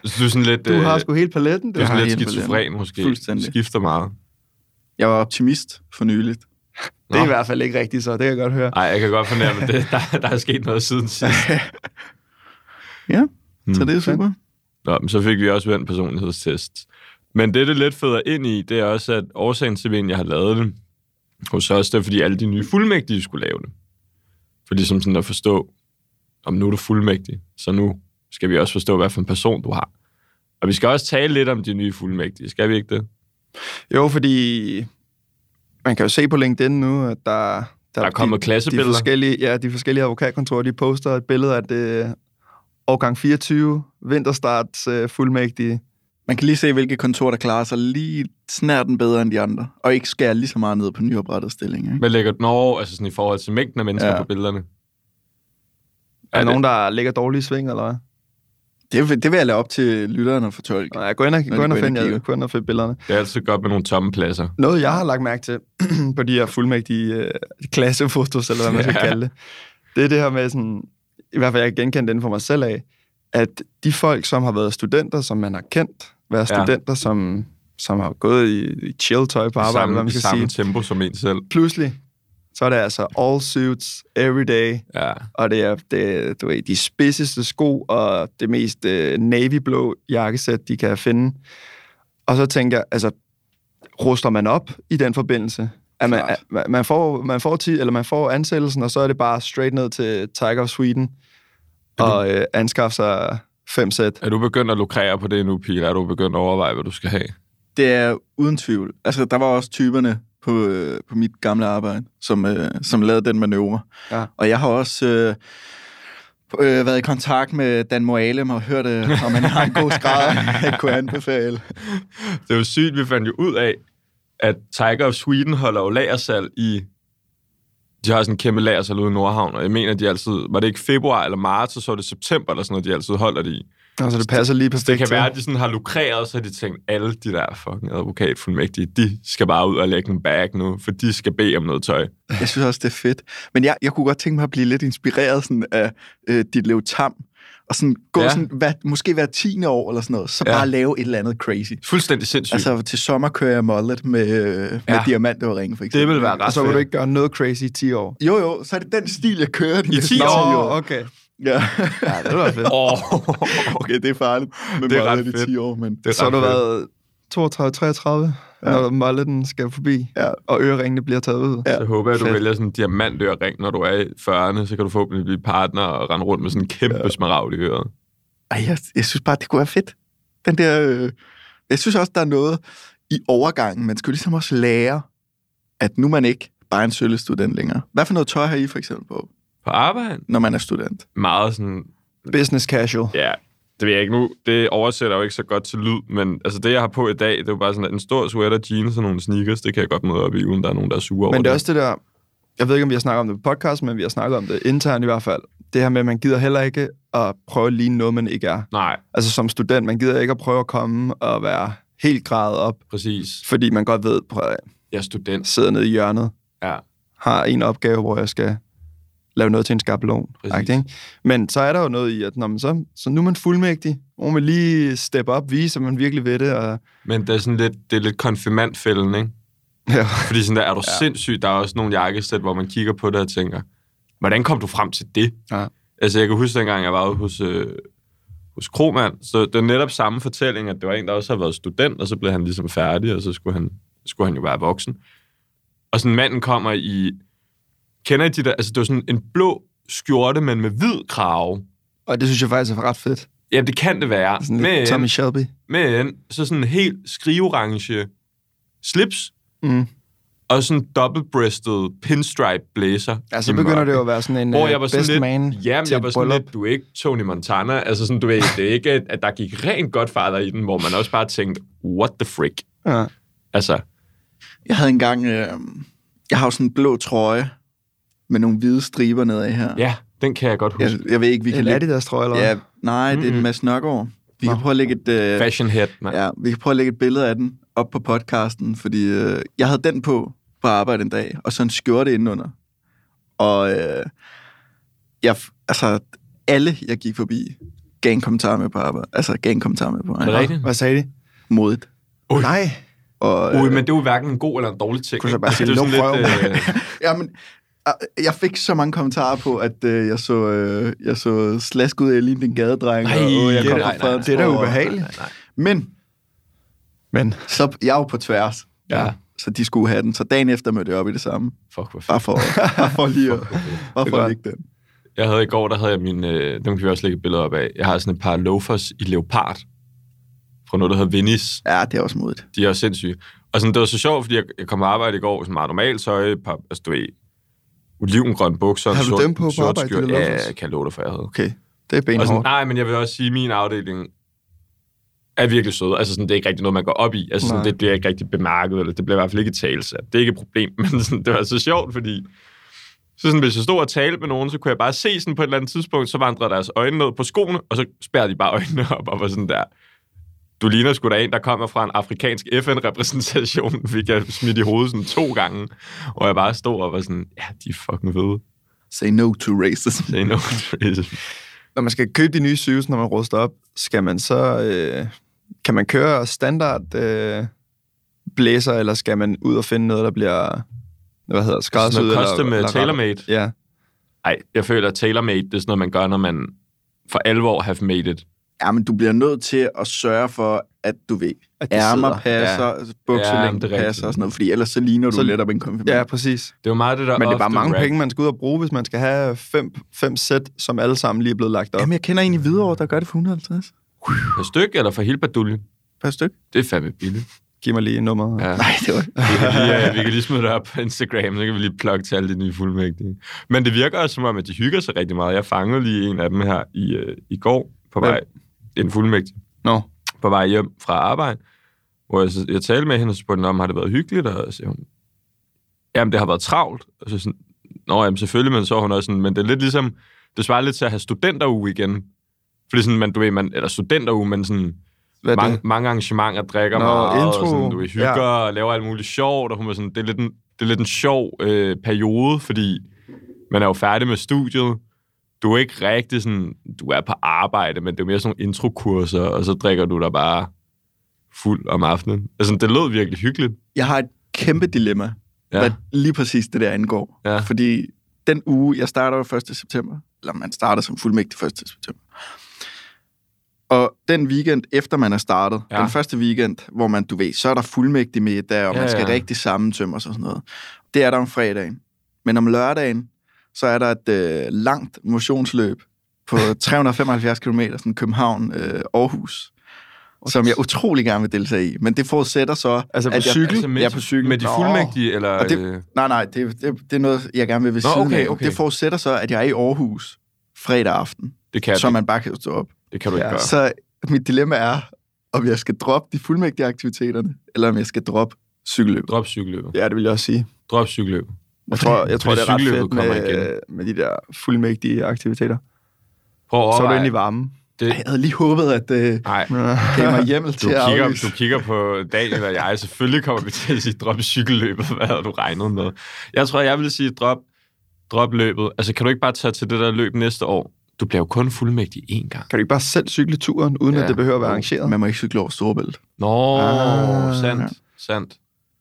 [SPEAKER 1] Så du er sådan lidt,
[SPEAKER 3] Du
[SPEAKER 1] øh,
[SPEAKER 3] har sgu hele paletten,
[SPEAKER 1] du
[SPEAKER 3] du.
[SPEAKER 1] er
[SPEAKER 2] Jeg har
[SPEAKER 1] sådan lidt
[SPEAKER 2] helt forladt.
[SPEAKER 1] skizofren måske.
[SPEAKER 2] Fuldstændig.
[SPEAKER 1] Skifter meget.
[SPEAKER 2] Jeg var optimist for nyligt.
[SPEAKER 3] Det er
[SPEAKER 1] Nå.
[SPEAKER 3] i hvert fald ikke rigtigt, så det kan jeg godt høre.
[SPEAKER 1] Nej, jeg kan godt fornemme, at det, der, der er sket noget siden sidst.
[SPEAKER 2] Ja,
[SPEAKER 1] Mm.
[SPEAKER 2] så det er super.
[SPEAKER 1] Nå, men så fik vi også vendt personlighedstest. Men det, det lidt føder ind i, det er også, at årsagen til, at jeg har lavet det hos os, det er, fordi alle de nye fuldmægtige skulle lave det. For ligesom sådan at forstå, om nu er du fuldmægtig, så nu skal vi også forstå, hvad for en person du har. Og vi skal også tale lidt om de nye fuldmægtige, skal vi ikke det?
[SPEAKER 3] Jo, fordi man kan jo se på LinkedIn nu, at der, der,
[SPEAKER 1] Der er kommet
[SPEAKER 3] de,
[SPEAKER 1] klassebilleder.
[SPEAKER 3] de forskellige, Ja, de forskellige advokatkontorer, de poster et billede af det årgang 24, vinterstarts øh, fuldmægtige.
[SPEAKER 2] Man kan lige se, hvilke kontor, der klarer sig lige snærten bedre end de andre, og ikke skærer lige så meget ned på nyoprettede stillinger. Ikke?
[SPEAKER 1] Hvad lægger du over, altså sådan i forhold til mængden af mennesker ja.
[SPEAKER 2] Ja.
[SPEAKER 1] på billederne?
[SPEAKER 3] Er
[SPEAKER 1] det-
[SPEAKER 3] der nogen, der ligger dårlige i sving, eller hvad?
[SPEAKER 2] Det, vil- det vil jeg lade op til lytterne at fortolke.
[SPEAKER 3] Nej, gå ind og,
[SPEAKER 2] de
[SPEAKER 3] gå ind og
[SPEAKER 2] går ind
[SPEAKER 3] find,
[SPEAKER 2] og kigger.
[SPEAKER 3] jeg, gå ind og find billederne.
[SPEAKER 1] Det er altid godt med nogle tomme pladser.
[SPEAKER 3] Noget, jeg har lagt mærke til på de her fuldmægtige øh, klassefotos, eller hvad man skal
[SPEAKER 1] Ja.
[SPEAKER 3] kalde det, det er det her med sådan, i hvert fald jeg kan genkende den for mig selv af, at de folk, som har været studenter, som man har kendt, været
[SPEAKER 1] Ja.
[SPEAKER 3] studenter, som, som har gået i, i chill-tøj på arbejde, eller hvad
[SPEAKER 1] samme,
[SPEAKER 3] man skal
[SPEAKER 1] samme
[SPEAKER 3] sige,
[SPEAKER 1] tempo som en selv.
[SPEAKER 3] pludselig, så er det altså all suits, every day,
[SPEAKER 1] Ja.
[SPEAKER 3] og det er, det, du ved, de spidseste sko og det mest øh, navyblå jakkesæt, de kan finde. Og så tænker jeg, altså, ruster man op i den forbindelse? At man,
[SPEAKER 2] Klart.
[SPEAKER 3] at man, får, man, får ti, eller man får ansættelsen, og så er det bare straight ned til Tiger of Sweden
[SPEAKER 1] Mm-hmm.
[SPEAKER 3] og øh, anskaffe sig fem sæt.
[SPEAKER 1] Er du begyndt at lukrere på det nu, Pil? Er du begyndt at overveje, hvad du skal have?
[SPEAKER 2] Det er uden tvivl. Altså, der var også typerne på, øh, på mit gamle arbejde, som, øh, som lavede den manøvre.
[SPEAKER 3] Ja.
[SPEAKER 2] Og jeg har også øh, øh, været i kontakt med Dan Moalem og hørt, øh, om han har en god skrædder, jeg kunne anbefale.
[SPEAKER 1] Det er jo sygt, vi fandt jo ud af, at Tiger of Sweden holder jo lagersal i... De har sådan en kæmpe lagersal ude i Nordhavn, og jeg mener, de altid... Var det ikke februar eller marts, og så er det september eller sådan noget, de altid holder det i.
[SPEAKER 3] Altså, det passer lige perfekt
[SPEAKER 1] Det kan
[SPEAKER 3] til.
[SPEAKER 1] være, at de sådan har lukreret, så har de tænkt, alle de der fucking advokatfuldmægtige, de skal bare ud og lægge en bag nu, for de skal bede om noget tøj.
[SPEAKER 2] Jeg synes også, det er fedt. Men jeg, jeg kunne godt tænke mig at blive lidt inspireret sådan, af øh, dit lev tam. Og sådan gå
[SPEAKER 1] Ja.
[SPEAKER 2] ja. sådan, hvad, måske hver tiende år eller sådan noget, så
[SPEAKER 1] Ja.
[SPEAKER 2] ja. bare lave et eller andet crazy.
[SPEAKER 1] Fuldstændig sindssygt. Altså,
[SPEAKER 2] Altså til sommer kører jeg mullet med, øh, med
[SPEAKER 1] Ja.
[SPEAKER 2] ja. diamantøring for eksempel.
[SPEAKER 1] det vil være ret
[SPEAKER 3] Og så vil
[SPEAKER 1] fedt.
[SPEAKER 3] du ikke gøre noget crazy i 10 år.
[SPEAKER 2] Jo jo, så er det den stil, jeg kører de I næste
[SPEAKER 1] 10
[SPEAKER 2] 10
[SPEAKER 1] år?
[SPEAKER 2] år.
[SPEAKER 3] okay.
[SPEAKER 2] Ja.
[SPEAKER 3] Ja, det var fedt.
[SPEAKER 1] Åh,
[SPEAKER 2] okay, det er farligt med
[SPEAKER 1] Det er ret
[SPEAKER 2] mullet i
[SPEAKER 1] fedt.
[SPEAKER 2] 10 år, men...
[SPEAKER 1] det er
[SPEAKER 3] Så har
[SPEAKER 1] ret
[SPEAKER 3] du
[SPEAKER 1] fedt.
[SPEAKER 3] været 32-33, ja. når mulleten skal forbi,
[SPEAKER 2] Ja.
[SPEAKER 3] og øreringene bliver taget ud.
[SPEAKER 2] Ja.
[SPEAKER 1] Så håber jeg, at du
[SPEAKER 3] Fedt.
[SPEAKER 1] vælger sådan en diamantørring, når du er i 40'erne, så kan du forhåbentlig blive partner og rende rundt med sådan en kæmpe ja. smaragd i øret.
[SPEAKER 2] Ej, jeg, jeg synes bare, det kunne være fedt. Den der... Øh, jeg synes også, der er noget i overgangen. Man skal jo ligesom også lære, at nu er man ikke bare en sølvstudent længere. Hvad for noget tøj har I for eksempel på,
[SPEAKER 1] På arbejde?
[SPEAKER 2] når man er student?
[SPEAKER 1] Meget sådan,
[SPEAKER 3] Business casual.
[SPEAKER 1] ja, det ved jeg ikke nu. Det oversætter jo ikke så godt til lyd, men altså det, jeg har på i dag, det er jo bare sådan at en stor sweater, jeans og nogle sneakers. Det kan jeg godt møde op i, uden der er nogen, der er sure over
[SPEAKER 3] Men det er også det der, jeg ved ikke, om vi har snakket om det på podcast, men vi har snakket om det internt i hvert fald. Det her med, at man gider heller ikke at prøve at ligne noget, man ikke er.
[SPEAKER 1] Nej,
[SPEAKER 3] Altså som student, man gider ikke at prøve at komme og være helt gradet op,
[SPEAKER 1] præcis.
[SPEAKER 3] fordi man godt ved, prøv at
[SPEAKER 1] Jeg er student.
[SPEAKER 3] sidder nede i hjørnet,
[SPEAKER 1] Ja.
[SPEAKER 3] har en opgave, hvor jeg skal lave noget til en skabelon.
[SPEAKER 1] Præcis.
[SPEAKER 3] agtigt, Ikke? Men så er der jo noget i, at når man så, så nu er man fuldmægtig, hvor man lige step op, vise, at man virkelig ved det, og
[SPEAKER 1] Men det er sådan lidt, det er lidt konfirmandfælden, ikke?
[SPEAKER 3] ja,
[SPEAKER 1] Fordi sådan der, er du ja. sindssyg? Der er også nogle jakkesæt, hvor man kigger på det og tænker, hvordan kom du frem til det?
[SPEAKER 3] Ja.
[SPEAKER 1] Altså, jeg kan huske, dengang jeg var ude hos, øh, hos Kromand, så det var netop samme fortælling, at det var en, der også havde været student, og så blev han ligesom færdig, og så skulle han, skulle han jo være voksen. Og sådan manden kommer i... Kender I de der... Altså, det var sådan en blå skjorte, men med hvid krave.
[SPEAKER 3] Og det synes jeg faktisk er ret fedt.
[SPEAKER 1] Ja, det kan det være.
[SPEAKER 3] Sådan lidt
[SPEAKER 1] men,
[SPEAKER 3] Tommy Shelby.
[SPEAKER 1] men så sådan en helt skriveorange slips,
[SPEAKER 3] Mm.
[SPEAKER 1] og sådan en double-breasted pinstripe blazer.
[SPEAKER 3] Ja, Altså, så
[SPEAKER 1] i
[SPEAKER 3] begynder
[SPEAKER 1] mørke.
[SPEAKER 3] det jo at være sådan en
[SPEAKER 1] Hvor
[SPEAKER 3] øh,
[SPEAKER 1] jeg var sådan
[SPEAKER 3] best
[SPEAKER 1] lidt,
[SPEAKER 3] man
[SPEAKER 1] Jamen,
[SPEAKER 3] til
[SPEAKER 1] jeg var sådan
[SPEAKER 3] et bryllup.
[SPEAKER 1] lidt, du er ikke Tony Montana. Altså sådan, du ved, det er ikke, at der gik rent godt farter i den, hvor man også bare tænkte, what the frick?
[SPEAKER 3] Ja.
[SPEAKER 1] Altså,
[SPEAKER 2] Jeg havde engang... Øh, jeg har jo sådan en blå trøje med nogle hvide striber nedad her.
[SPEAKER 1] ja, den kan jeg godt huske.
[SPEAKER 2] Jeg, jeg ved ikke, vi kan
[SPEAKER 3] En
[SPEAKER 2] lægge...
[SPEAKER 3] Adidas, tror jeg, eller
[SPEAKER 2] Ja,
[SPEAKER 3] hvad?
[SPEAKER 2] nej, det er
[SPEAKER 1] Mm-mm.
[SPEAKER 2] en masse Nørgaard. Vi kan
[SPEAKER 3] Nå.
[SPEAKER 2] prøve at lægge et... Øh,
[SPEAKER 1] Fashion head, man. Ja.
[SPEAKER 2] Ja, vi kan prøve at lægge et billede af den op på podcasten, fordi øh, jeg havde den på på arbejde en dag, og så en skjorte indenunder. Og øh, jeg, f- altså, alle, jeg gik forbi, gav en kommentar med på arbejde. Altså, gav en kommentar med på
[SPEAKER 1] Er det
[SPEAKER 2] arbejde.
[SPEAKER 1] rigtigt?
[SPEAKER 3] Hvad sagde de?
[SPEAKER 2] Modigt.
[SPEAKER 1] Ui.
[SPEAKER 3] Nej.
[SPEAKER 2] Og, øh,
[SPEAKER 1] Ui, men det er jo hverken en god eller en dårlig ting.
[SPEAKER 3] øh, Kunne så
[SPEAKER 1] ikke?
[SPEAKER 3] bare sige,
[SPEAKER 1] Det er jo
[SPEAKER 3] "Luk
[SPEAKER 1] sådan lidt, øh,
[SPEAKER 3] røven."
[SPEAKER 2] ja, men, øh, jeg fik så mange kommentarer på, at øh, jeg så, øh, jeg så slask ud af lige en gadedreng,
[SPEAKER 1] Nej,
[SPEAKER 2] og øh, jeg
[SPEAKER 1] det er
[SPEAKER 2] kom
[SPEAKER 1] da-
[SPEAKER 2] fra
[SPEAKER 1] nej, nej, nej.
[SPEAKER 2] Fredensborg.
[SPEAKER 3] Det er da ubehageligt.
[SPEAKER 2] Men
[SPEAKER 3] Men
[SPEAKER 2] så jeg er jo på tværs,
[SPEAKER 1] Ja.
[SPEAKER 2] så de skulle have den. Så dagen efter mødte jeg op i det samme.
[SPEAKER 1] Fuck, hvor fedt.
[SPEAKER 2] Bare for, bare for lige at, bare for
[SPEAKER 3] godt.
[SPEAKER 2] at lægge den.
[SPEAKER 1] Jeg havde i går, der havde jeg min... Øh, dem kan vi også lægge et billede op af. Jeg har sådan et par loafers i leopard fra noget, der hedder Venice.
[SPEAKER 2] Ja, det er også modigt.
[SPEAKER 1] De er også sindssyge. Og sådan, det var så sjovt, fordi jeg, jeg kom på arbejde i går, sådan meget normalt tøj, et par, altså du ved, olivengrøn bukser,
[SPEAKER 3] Har du
[SPEAKER 1] sort,
[SPEAKER 3] dem på på
[SPEAKER 1] sort
[SPEAKER 3] arbejde,
[SPEAKER 1] skjorte.
[SPEAKER 3] de der
[SPEAKER 1] Ja,
[SPEAKER 3] loafers?
[SPEAKER 1] jeg kan love dig for, jeg havde.
[SPEAKER 3] okay, det er
[SPEAKER 1] Og sådan,
[SPEAKER 3] benhårdt.
[SPEAKER 1] nej, men jeg vil også sige, at min afdeling er virkelig søde. Altså sådan, det er ikke rigtig noget, man går op i. Altså sådan,
[SPEAKER 3] Nej.
[SPEAKER 1] det bliver ikke rigtig bemærket, eller det bliver i hvert fald ikke talt. Det er ikke et problem, men sådan, det var så sjovt, fordi... Så sådan, hvis jeg stod og talte med nogen, så kunne jeg bare se sådan på et eller andet tidspunkt, så vandrede deres øjne ned på skoene, og så spærrede de bare øjnene op og var sådan der. Du ligner sgu da en, der kommer fra en afrikansk FN-repræsentation, fik jeg smidt i hovedet sådan to gange. Og jeg bare stod og var sådan, ja, de er fucking fede.
[SPEAKER 2] Say no to racism.
[SPEAKER 1] Det er noget.
[SPEAKER 3] Når man skal købe de nye syves, når man ruster op, skal man så... Øh, kan man køre standard øh, blæser, eller skal man ud og finde noget, der bliver... Hvad hedder det? Skræddersyet?
[SPEAKER 1] Sådan noget custom, øh,
[SPEAKER 3] eller
[SPEAKER 1] tailor-made.
[SPEAKER 3] Ja.
[SPEAKER 1] Nej, jeg føler, at tailor-made, det er sådan noget, man gør, når man for alvor have made it.
[SPEAKER 2] Ja, men du bliver nødt til at sørge for, at du ved,
[SPEAKER 3] At det
[SPEAKER 2] ærmer
[SPEAKER 3] sidder.
[SPEAKER 2] passer,
[SPEAKER 3] Ja.
[SPEAKER 2] ja.
[SPEAKER 1] Ja, men
[SPEAKER 2] bukselængde
[SPEAKER 1] det er
[SPEAKER 2] ja,
[SPEAKER 1] rigtigt.
[SPEAKER 2] passer og sådan noget, fordi ellers så ligner du
[SPEAKER 3] Så-
[SPEAKER 2] så... lidt op en konfirmation.
[SPEAKER 3] ja,
[SPEAKER 2] Ja.
[SPEAKER 3] præcis.
[SPEAKER 1] Det er jo meget det, der
[SPEAKER 3] Men det er
[SPEAKER 1] ofte
[SPEAKER 3] bare mange
[SPEAKER 1] rap-
[SPEAKER 3] penge, man skal ud og bruge, hvis man skal have fem, fem sæt, som alle sammen lige er blevet lagt op.
[SPEAKER 2] Jamen, jeg kender en i Hvidovre, der gør det for 150
[SPEAKER 1] Per stykke eller for hele baduljen?
[SPEAKER 2] per stykke.
[SPEAKER 1] Det er fandme billigt.
[SPEAKER 3] Giv mig lige nummeret.
[SPEAKER 1] Ja.
[SPEAKER 2] Nej, det var
[SPEAKER 1] Vi, kan lige, øh, vi kan lige smide det op på Instagram, så kan vi lige plukke til alle de nye fuldmægtige. Men det virker også som om, at de hygger sig rigtig meget. Jeg fangede lige en af dem her i, øh, i går på
[SPEAKER 3] Hvem?
[SPEAKER 1] vej. En fuldmægtig.
[SPEAKER 3] Nå.
[SPEAKER 1] På vej hjem fra arbejde. Hvor jeg, så- jeg talte med hende, og så spurgte hende om, har det været hyggeligt? Og så siger hun, jamen det har været travlt. Og så sådan, Nå, jamen selvfølgelig, men så er hun også sådan, men det er lidt ligesom, det svarer lidt til at have studenteruge igen. Fordi sådan, man, du ved, man, eller studenteruge, men sådan,
[SPEAKER 3] Hvad er
[SPEAKER 1] mange,
[SPEAKER 3] det?
[SPEAKER 1] mange arrangementer, drikker
[SPEAKER 3] Nå,
[SPEAKER 1] Nå, meget, intro. og
[SPEAKER 3] intro.
[SPEAKER 1] sådan, du ved, hygger
[SPEAKER 3] Ja.
[SPEAKER 1] ja. og laver alt muligt sjovt, og hun var sådan, det er lidt en, det er lidt en sjov øh, periode, fordi man er jo færdig med studiet, du er ikke rigtig sådan, du er på arbejde, men det er mere sådan nogle introkurser, og så drikker du dig bare fuld om aftenen. Altså, det lød virkelig hyggeligt.
[SPEAKER 2] Jeg har et kæmpe dilemma, ja. hvad
[SPEAKER 1] Ja,
[SPEAKER 2] lige præcis det der angår.
[SPEAKER 1] Ja.
[SPEAKER 2] Fordi den uge, jeg starter jo 1. september, eller man starter som fuldmægtig 1. september, og den weekend, efter man er startet,
[SPEAKER 1] Ja.
[SPEAKER 2] ja. den første weekend, hvor man, du ved, så er der fuldmægtig middag, og
[SPEAKER 1] Ja,
[SPEAKER 2] ja, man skal
[SPEAKER 1] ja.
[SPEAKER 2] ja. rigtig sammentømmes og sådan noget. Det er der om fredagen. Men om lørdagen, så er der et øh, langt motionsløb på 375 km, sådan København-Aarhus, som jeg utrolig gerne vil deltage i. Men det forudsætter så,
[SPEAKER 3] Altså på
[SPEAKER 2] at jeg,
[SPEAKER 3] cykel?
[SPEAKER 1] altså med,
[SPEAKER 2] jeg er på cykel.
[SPEAKER 1] med de
[SPEAKER 2] Nå.
[SPEAKER 1] fuldmægtige, eller...
[SPEAKER 2] Og det-
[SPEAKER 1] øh,
[SPEAKER 2] Nej, nej, det, det, det er noget, jeg gerne vil ved
[SPEAKER 1] Nå,
[SPEAKER 2] siden
[SPEAKER 1] okay,
[SPEAKER 2] af.
[SPEAKER 1] okay.
[SPEAKER 2] Det forudsætter så, at jeg er i Aarhus fredag aften,
[SPEAKER 1] det kan,
[SPEAKER 2] ja, så
[SPEAKER 1] man,
[SPEAKER 2] man bare kan stå op.
[SPEAKER 1] det kan du ikke
[SPEAKER 3] Ja.
[SPEAKER 1] gøre.
[SPEAKER 2] Så mit dilemma er, om jeg skal droppe de fuldmægtige aktiviteterne, eller om jeg skal droppe cykelløbet.
[SPEAKER 1] Drop cykelløbet.
[SPEAKER 3] Ja, det vil jeg også sige.
[SPEAKER 1] Drop cykelløbet.
[SPEAKER 3] Jeg tror, jeg tror
[SPEAKER 1] Fordi
[SPEAKER 3] det er ret
[SPEAKER 1] cykelløbet
[SPEAKER 3] fedt
[SPEAKER 1] kommer
[SPEAKER 3] med, øh, med de der fuldmægtige aktiviteter.
[SPEAKER 1] Prøv at
[SPEAKER 3] Så er du
[SPEAKER 1] overveje.
[SPEAKER 3] inde i varmen.
[SPEAKER 1] det,
[SPEAKER 2] Jeg havde lige håbet, at øh, det
[SPEAKER 1] nej,
[SPEAKER 2] gav mig hjemmel
[SPEAKER 1] Du
[SPEAKER 2] til at
[SPEAKER 1] kigger,
[SPEAKER 2] aflyse.
[SPEAKER 1] du kigger på Daniel og jeg. Selvfølgelig kommer vi til at sige drop cykelløbet. Hvad havde du regnet med? Jeg tror, jeg ville sige drop, drop løbet. Altså, kan du ikke bare tage til det der løb næste år? Du bliver jo kun fuldmægtig én gang.
[SPEAKER 3] Kan du ikke bare selv cykle turen, uden
[SPEAKER 1] Ja.
[SPEAKER 3] at det behøver at være arrangeret?
[SPEAKER 2] Man må ikke cykle over Storebælt.
[SPEAKER 1] Nå, ah,
[SPEAKER 3] Ah.
[SPEAKER 1] sandt, sandt.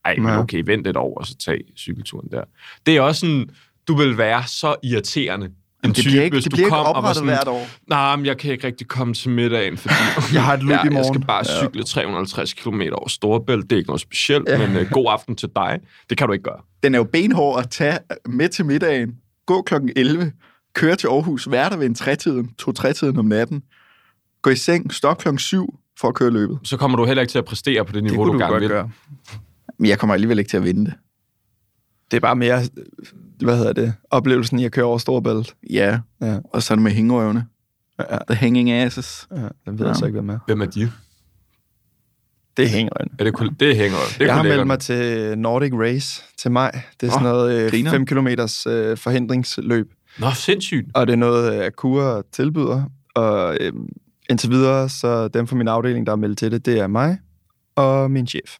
[SPEAKER 1] Ej, men
[SPEAKER 3] Ja.
[SPEAKER 1] okay, vent lidt over, og så tag cykelturen der. Det er også sådan, du vil være så irriterende. En
[SPEAKER 2] Jamen, det
[SPEAKER 1] type,
[SPEAKER 2] bliver ikke,
[SPEAKER 1] hvis
[SPEAKER 2] det
[SPEAKER 1] du
[SPEAKER 2] bliver ikke
[SPEAKER 1] kom og var
[SPEAKER 2] oprettet
[SPEAKER 1] sådan,
[SPEAKER 2] hvert år.
[SPEAKER 1] Nej, men jeg kan ikke rigtig komme til middagen, fordi
[SPEAKER 3] Jeg har et løb
[SPEAKER 1] jeg,
[SPEAKER 3] i morgen.
[SPEAKER 1] jeg skal bare cykle 350 km over Storebælt. Det er ikke noget specielt,
[SPEAKER 2] Ja.
[SPEAKER 1] ja. men uh, god aften til dig. Det kan du ikke gøre.
[SPEAKER 2] Den er jo benhård at tage med til middagen, gå kl. 11, køre til Aarhus, være der ved en trætiden, to-trætiden om natten, gå i seng, stop kl. 7 for at køre løbet.
[SPEAKER 1] Så kommer du heller ikke til at præstere på det
[SPEAKER 3] Det
[SPEAKER 1] niveau,
[SPEAKER 3] kunne
[SPEAKER 1] du
[SPEAKER 3] du
[SPEAKER 1] gerne
[SPEAKER 3] godt
[SPEAKER 1] vil.
[SPEAKER 3] gøre.
[SPEAKER 2] Men jeg kommer alligevel ikke til at vinde det.
[SPEAKER 3] Det er bare mere, hvad hedder det, oplevelsen i at køre over Storebælt.
[SPEAKER 2] Ja,
[SPEAKER 3] Ja.
[SPEAKER 2] og så er det med hængerøvne.
[SPEAKER 3] Ja.
[SPEAKER 2] The hanging asses.
[SPEAKER 3] Ja, den ved
[SPEAKER 2] Ja.
[SPEAKER 3] jeg så ikke, hvem er.
[SPEAKER 1] Hvem er de?
[SPEAKER 3] Det hænger øjne.
[SPEAKER 1] Er det, kol- det hænger jo. Det er
[SPEAKER 3] Jeg har meldt
[SPEAKER 1] kollegerne.
[SPEAKER 3] mig til Nordic Race til maj. Det er sådan
[SPEAKER 2] Åh,
[SPEAKER 3] noget
[SPEAKER 2] griner.
[SPEAKER 3] 5 km øh, forhindringsløb,
[SPEAKER 1] Nå, sindssygt.
[SPEAKER 3] og det er noget, øh, Akura tilbyder. Og øh, indtil videre, så dem fra min afdeling, der er meldt til det, det er mig og min chef.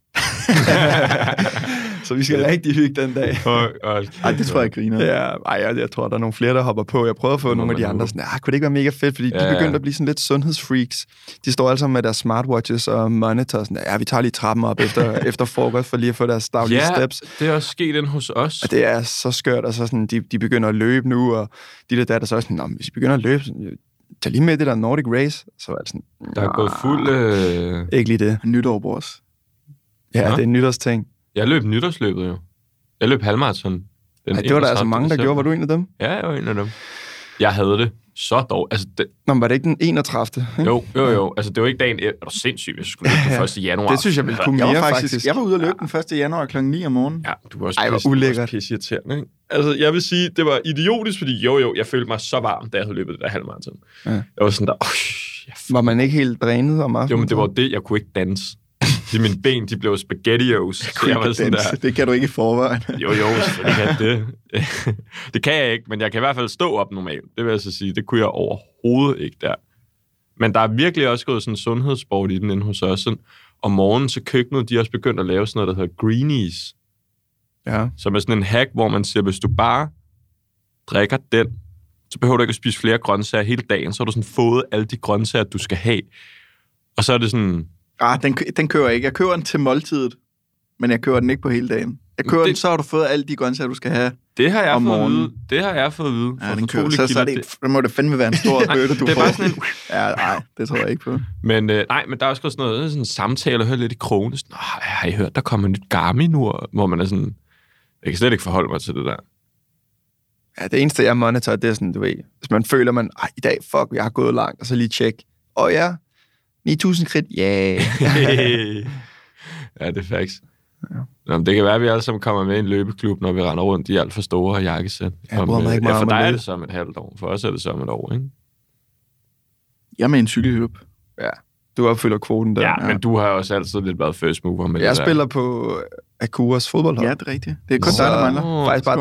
[SPEAKER 3] så vi skal rigtig hygge den dag.
[SPEAKER 2] Ej, det tror jeg, jeg griner. Ja.
[SPEAKER 3] Ja, ej, jeg, jeg tror, der er nogle flere, der hopper på. Jeg prøvede at få
[SPEAKER 1] Det må
[SPEAKER 3] nogle af
[SPEAKER 1] man
[SPEAKER 3] de
[SPEAKER 1] håbe.
[SPEAKER 3] andre sådan, ah, kunne det ikke være mega fedt? Fordi ja,
[SPEAKER 1] Ja,
[SPEAKER 3] de
[SPEAKER 1] ja.
[SPEAKER 3] begyndte at blive sådan lidt sundhedsfreaks. De står alle sammen med deres smartwatches og monitor. Sådan, ja, vi tager lige trappen op efter, efter frokost for lige at få deres daglige
[SPEAKER 1] Ja,
[SPEAKER 3] steps.
[SPEAKER 1] det er også sket ind hos os.
[SPEAKER 3] Og det er så skørt, og så sådan, de, de begynder at løbe nu, og de der, der, der så er sådan, "Nå, men hvis vi begynder at løbe, sådan, tag lige med i det der Nordic Race. Så er det Ah. sådan,
[SPEAKER 1] Der er gået
[SPEAKER 3] "Nah,
[SPEAKER 1] fuld... Øh...
[SPEAKER 3] Ikke lige det.
[SPEAKER 2] Nytår, Bors.
[SPEAKER 3] Ja,
[SPEAKER 1] Nå.
[SPEAKER 3] det er en nytårsting.
[SPEAKER 1] Jeg løb nytårsløbet jo. Jeg løb halvmarathon. den
[SPEAKER 3] Ej, det var der
[SPEAKER 1] 31.
[SPEAKER 3] altså mange, der
[SPEAKER 1] december.
[SPEAKER 3] gjorde. Var du en af dem?
[SPEAKER 1] Ja, jeg var en af dem. Jeg havde det så dog. Altså, det,
[SPEAKER 3] Nå, men var det ikke den 31. ikke?
[SPEAKER 1] jo, jo, jo. Altså, det var ikke dagen... e- Er du sindssyg, hvis jeg skulle løbe den 1. januar? Altså,
[SPEAKER 3] Det synes jeg ville kunne
[SPEAKER 2] Jeg
[SPEAKER 3] mere,
[SPEAKER 2] var faktisk,
[SPEAKER 3] faktisk.
[SPEAKER 2] jeg var ude at løbe den 1. januar kl. 9 om morgenen.
[SPEAKER 1] Ja, du var også
[SPEAKER 3] Ej, hvor
[SPEAKER 1] pisse- du var
[SPEAKER 3] ulækkert.
[SPEAKER 1] også pisseirriterende, ikke? Altså, jeg vil sige, det var idiotisk, fordi jo, jo, jeg følte mig så varm, da jeg havde løbet det der halvmarathon.
[SPEAKER 3] Ja.
[SPEAKER 1] Jeg var sådan der, oh, jeg
[SPEAKER 3] Var man ikke helt drænet om aftenen?
[SPEAKER 1] Jo, men det var jo det, jeg kunne ikke danse. De, mine ben, de blev spaghettios. Så Jeg var sådan der,
[SPEAKER 2] Det kan du ikke i forvejen.
[SPEAKER 1] jo, jo, selvfølgelig kan jeg det. det kan jeg ikke, men jeg kan i hvert fald stå op normalt. Det vil jeg så sige, det kunne jeg overhovedet ikke der. Men der er virkelig også gået sådan en sundhedssport i den inde hos os. Sådan, om morgenen til køkkenet, de er også begyndt at lave sådan noget, der hedder greenies.
[SPEAKER 3] Ja.
[SPEAKER 1] Som er sådan en hack, hvor man siger, hvis du bare drikker den, så behøver du ikke at spise flere grøntsager hele dagen. Så har du sådan fået alle de grøntsager, du skal have. Og så er det sådan,
[SPEAKER 2] Ah, den, kø- den kører jeg ikke. Jeg kører den til måltidet, men jeg kører den ikke på hele dagen. Jeg kører det...
[SPEAKER 1] Det-
[SPEAKER 2] den, så har du fået alle de grøntsager, du skal have.
[SPEAKER 1] Det har jeg
[SPEAKER 2] om
[SPEAKER 1] fået at
[SPEAKER 2] morgenen.
[SPEAKER 1] vide. Det har jeg fået at vide.
[SPEAKER 2] Ja,
[SPEAKER 1] fra
[SPEAKER 2] den kører.
[SPEAKER 1] fortrolige
[SPEAKER 2] Så, så er
[SPEAKER 1] kilder.
[SPEAKER 2] det, så må det fandme være en stor bøtte, du
[SPEAKER 1] det er
[SPEAKER 2] får.
[SPEAKER 1] bare sådan en-
[SPEAKER 2] Ja, nej, det tror jeg ikke på.
[SPEAKER 1] Men øh, nej, men der er også sådan noget sådan en samtale, og hører lidt i krogene. Sådan, "Åh, har I hørt, der kommer nyt Garmin nu? Og- Hvor man er sådan, jeg kan slet ikke forholde mig til det der.
[SPEAKER 3] ja, det eneste, jeg monitorer, det er sådan, du ved, hvis man føler, man, "Ej, i dag, fuck, jeg har gået langt, og så lige tjek. Og ja, 9.000 krit, ja. Yeah.
[SPEAKER 1] ja, det er faktisk. Nå, men det kan være, at vi alle sammen kommer med i en løbeklub, når vi render rundt i alt for store jakkesæt.
[SPEAKER 3] Jeg
[SPEAKER 1] Om,
[SPEAKER 3] bryder mig
[SPEAKER 1] øh,
[SPEAKER 3] ikke meget
[SPEAKER 1] ja, for
[SPEAKER 3] om at
[SPEAKER 1] dig er
[SPEAKER 3] løbe.
[SPEAKER 1] det som et halvt år. For os er det som et år, ikke?
[SPEAKER 2] Jeg er med i en cykelklub.
[SPEAKER 3] Du opfylder kvoten der.
[SPEAKER 1] Ja, men du har også altid lidt været first mover med
[SPEAKER 3] Jeg
[SPEAKER 1] det der.
[SPEAKER 3] spiller på Akuras fodboldhold.
[SPEAKER 2] Ja, det er rigtigt. Det er kun
[SPEAKER 3] Så-
[SPEAKER 2] dig, der mangler.
[SPEAKER 3] Faktisk bare